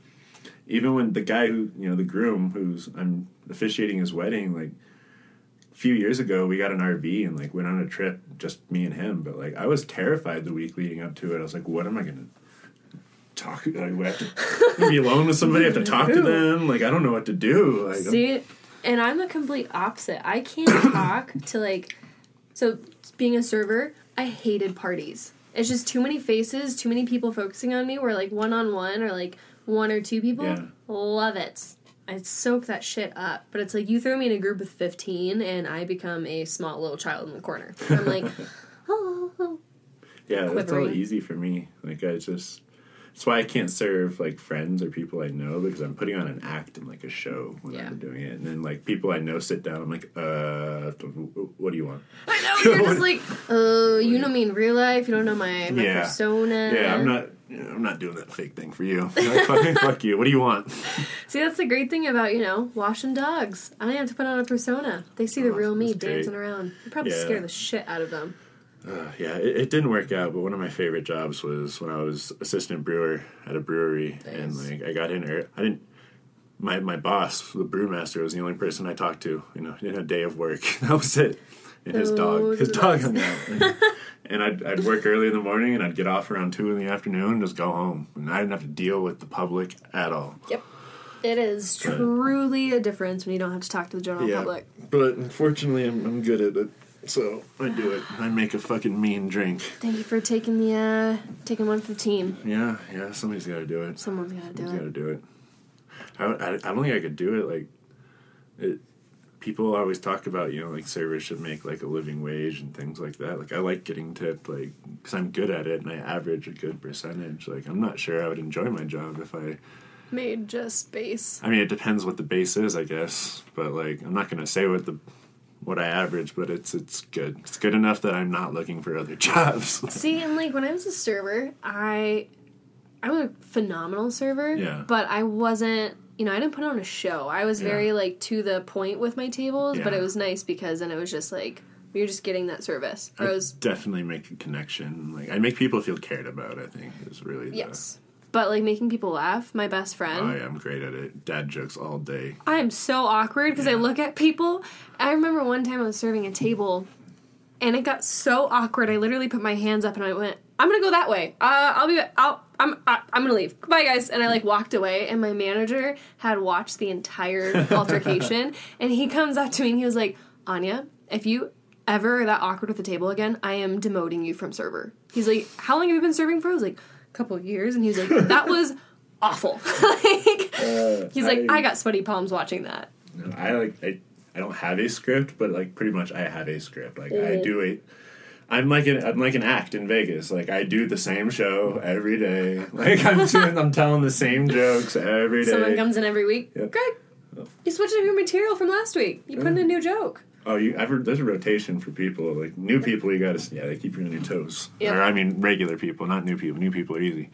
[SPEAKER 3] even when the guy who you know the groom who's I'm officiating his wedding, like few years ago we got an RV and like went on a trip, just me and him. But like I was terrified the week leading up to it. I was like, what am I gonna talk? Like, we have to be alone with somebody. I have to talk to them. Like I don't know what to do. Like,
[SPEAKER 4] See, and I'm the complete opposite. I can't talk to like, so being a server, I hated parties. It's just too many faces, too many people focusing on me. Where like one on one or like one or two people,
[SPEAKER 3] Yeah.
[SPEAKER 4] love it. I soak that shit up. But it's like you throw me in a group of fifteen, and I become a small little child in the corner. I'm like, oh,
[SPEAKER 3] Yeah, that's all
[SPEAKER 4] quivering.
[SPEAKER 3] easy for me. Like I just that's why I can't serve like friends or people I know because I'm putting on an act and like a show when
[SPEAKER 4] Yeah.
[SPEAKER 3] I'm doing it, and then like people I know sit down. I'm like, uh, what do you want?
[SPEAKER 4] I know you're just like, oh, you know me in real life. You don't know my, my
[SPEAKER 3] Yeah.
[SPEAKER 4] persona.
[SPEAKER 3] Yeah, I'm not. I'm not doing that fake thing for you. Like, fuck, fuck you. What do you want?
[SPEAKER 4] See, that's the great thing about, you know, washing dogs. I don't have to put on a persona. They see the
[SPEAKER 3] Oh,
[SPEAKER 4] real me
[SPEAKER 3] that's great.
[SPEAKER 4] dancing around. It probably
[SPEAKER 3] Yeah.
[SPEAKER 4] scare the shit out of them.
[SPEAKER 3] Uh, yeah, it, it didn't work out. But one of my favorite jobs was when I was assistant brewer at a brewery, and
[SPEAKER 4] Nice.
[SPEAKER 3] like I got in there. I didn't. My my boss, the brewmaster, was the only person I talked to. You know, in a day of work, that was it. And his dog,
[SPEAKER 4] Those
[SPEAKER 3] his
[SPEAKER 4] are the
[SPEAKER 3] dog
[SPEAKER 4] best.
[SPEAKER 3] hung out. And, and I'd I'd work early in the morning, and I'd get off around two in the afternoon, and just go home. And I didn't have to deal with the public at all.
[SPEAKER 4] It is truly a difference when you don't have to talk to the general public.
[SPEAKER 3] but unfortunately, I'm I'm good at it. So I do it. I make a fucking mean drink.
[SPEAKER 4] Thank you for taking the uh taking one for the team.
[SPEAKER 3] Yeah, yeah. Somebody's got to do it.
[SPEAKER 4] Someone's gotta do
[SPEAKER 3] You
[SPEAKER 4] it.
[SPEAKER 3] gotta do it. I, I, I don't think I could do it. Like, it, people always talk about, you know, like servers should make like a living wage and things like that. Like, I like getting tipped, like, because I'm good at it and I average a good percentage. Like, I'm not sure I would enjoy my job if I.
[SPEAKER 4] Made just base.
[SPEAKER 3] I mean, it depends what the base is, I guess. But like, I'm not gonna say what the what I average, but it's it's good. It's good enough that I'm not looking for other jobs.
[SPEAKER 4] See, and like when I was a server, I I was a phenomenal server.
[SPEAKER 3] Yeah.
[SPEAKER 4] But I wasn't you know, I didn't put on a show. I was
[SPEAKER 3] Yeah.
[SPEAKER 4] very like to the point with my tables, but
[SPEAKER 3] Yeah.
[SPEAKER 4] it was nice because then it was just like you're just getting that service.
[SPEAKER 3] I
[SPEAKER 4] Or it was
[SPEAKER 3] definitely make a connection. Like, I make people feel cared about. I think is really the,
[SPEAKER 4] yes. But like making people laugh, my best friend.
[SPEAKER 3] I am great at it. Dad jokes all day.
[SPEAKER 4] I am so awkward because I
[SPEAKER 3] Yeah.
[SPEAKER 4] look at people. I remember one time I was serving a table and it got so awkward. I literally put my hands up and I went, I'm gonna go that way. Uh, I'll be, I'll, I'm, I, I'm gonna leave. Goodbye, guys. And I like walked away and my manager had watched the entire altercation and he comes up to me and he was like, Anya, if you ever are that awkward with the table again, I am demoting you from server. He's like, How long have you been serving for? I was like, A couple of years. And he was like, That was awful. like, He's like, I got sweaty palms watching that.
[SPEAKER 3] I like. I, I don't have a script, but like pretty much, I have a script. Like
[SPEAKER 4] Mm-hmm.
[SPEAKER 3] I do it. I'm like an I'm like an act in Vegas. Like I do the same show every day. Like I'm doing, I'm telling the same jokes every day.
[SPEAKER 4] Someone comes in every week.
[SPEAKER 3] Yeah.
[SPEAKER 4] Greg, you switched up your material from last week. You put in a new joke.
[SPEAKER 3] oh, you I've heard there's a rotation for people. Like new people, you got to yeah, they keep you on your toes.
[SPEAKER 4] Yeah.
[SPEAKER 3] Or I mean, regular people, not new people. New people are easy.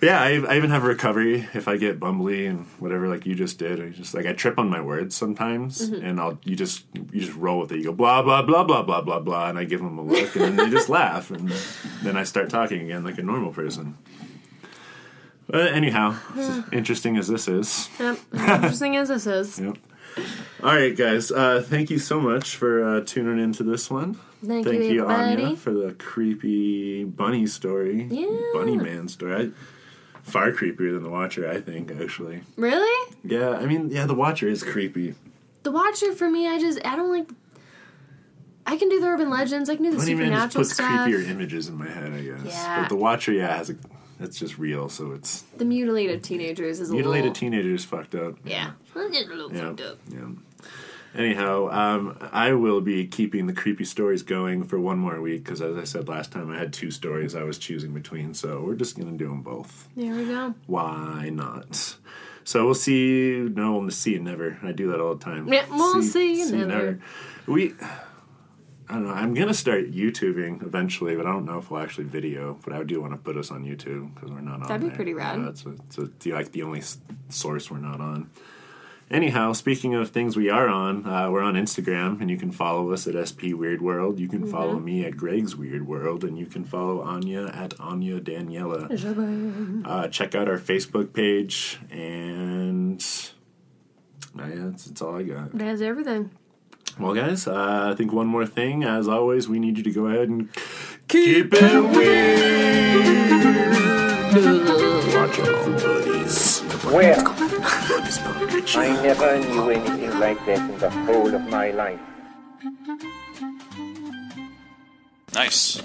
[SPEAKER 3] But yeah, I, I even have recovery if I get bumbly and whatever, like you just did. I just like I trip on my words sometimes, and I'll you just you just roll with it. You go blah blah blah blah blah blah blah, and I give them a look, and then they just laugh, and then I start talking again like a normal person. But anyhow, as interesting as this is,
[SPEAKER 4] Yep. Interesting as this is.
[SPEAKER 3] Yep. All right, guys. Uh, thank you so much for uh, tuning into this one.
[SPEAKER 4] Thank
[SPEAKER 3] thank
[SPEAKER 4] you,
[SPEAKER 3] you, Anya,
[SPEAKER 4] everybody.
[SPEAKER 3] for the creepy bunny story.
[SPEAKER 4] Yeah.
[SPEAKER 3] Bunny man story. I, far creepier than The Watcher, I think, actually.
[SPEAKER 4] Really?
[SPEAKER 3] Yeah, I mean, yeah, The Watcher is creepy.
[SPEAKER 4] The Watcher for me, I just I don't like. I can do the urban legends. I can do the
[SPEAKER 3] Bunny man just
[SPEAKER 4] supernatural
[SPEAKER 3] puts
[SPEAKER 4] stuff.
[SPEAKER 3] creepier images in my head, I guess.
[SPEAKER 4] Yeah.
[SPEAKER 3] But The Watcher, yeah, has a. That's just real, so it's
[SPEAKER 4] The mutilated teenagers is a
[SPEAKER 3] mutilated
[SPEAKER 4] little.
[SPEAKER 3] teenagers fucked up.
[SPEAKER 4] yeah. That's just a little
[SPEAKER 3] Yeah.
[SPEAKER 4] fucked up.
[SPEAKER 3] Yeah. Anyhow, um, I will be keeping the creepy stories going for one more week because, as I said last time, I had two stories I was choosing between, so we're just gonna do them both.
[SPEAKER 4] There we go.
[SPEAKER 3] Why not? So we'll see. You, no, we'll see you never. I do that all the time.
[SPEAKER 4] Yeah, we'll see you never.
[SPEAKER 3] We. I don't know. I'm gonna start YouTubing eventually, but I don't know if we'll actually video. But I do want to put us on YouTube because we're not on.
[SPEAKER 4] That'd be
[SPEAKER 3] there.
[SPEAKER 4] pretty rad.
[SPEAKER 3] Yeah, it's, a, it's a- the- like the only s- source we're not on. Anyhow, speaking of things we are on, uh, we're on Instagram, and you can follow us at SP Weird World. You can follow
[SPEAKER 4] Mm-hmm.
[SPEAKER 3] me at Greg's Weird World, and you can follow Anya at Anya Daniela
[SPEAKER 4] Mm-hmm.
[SPEAKER 3] uh, check out our Facebook page, and uh, yeah, that's, that's all I got.
[SPEAKER 4] That's everything.
[SPEAKER 3] Well, guys, uh, I think one more thing. As always, we need you to go ahead and keep it weird. Watch out for bullies.
[SPEAKER 1] Well,
[SPEAKER 3] Bullies don't get you.
[SPEAKER 1] I never knew anything like that in the whole of my life.
[SPEAKER 5] Nice.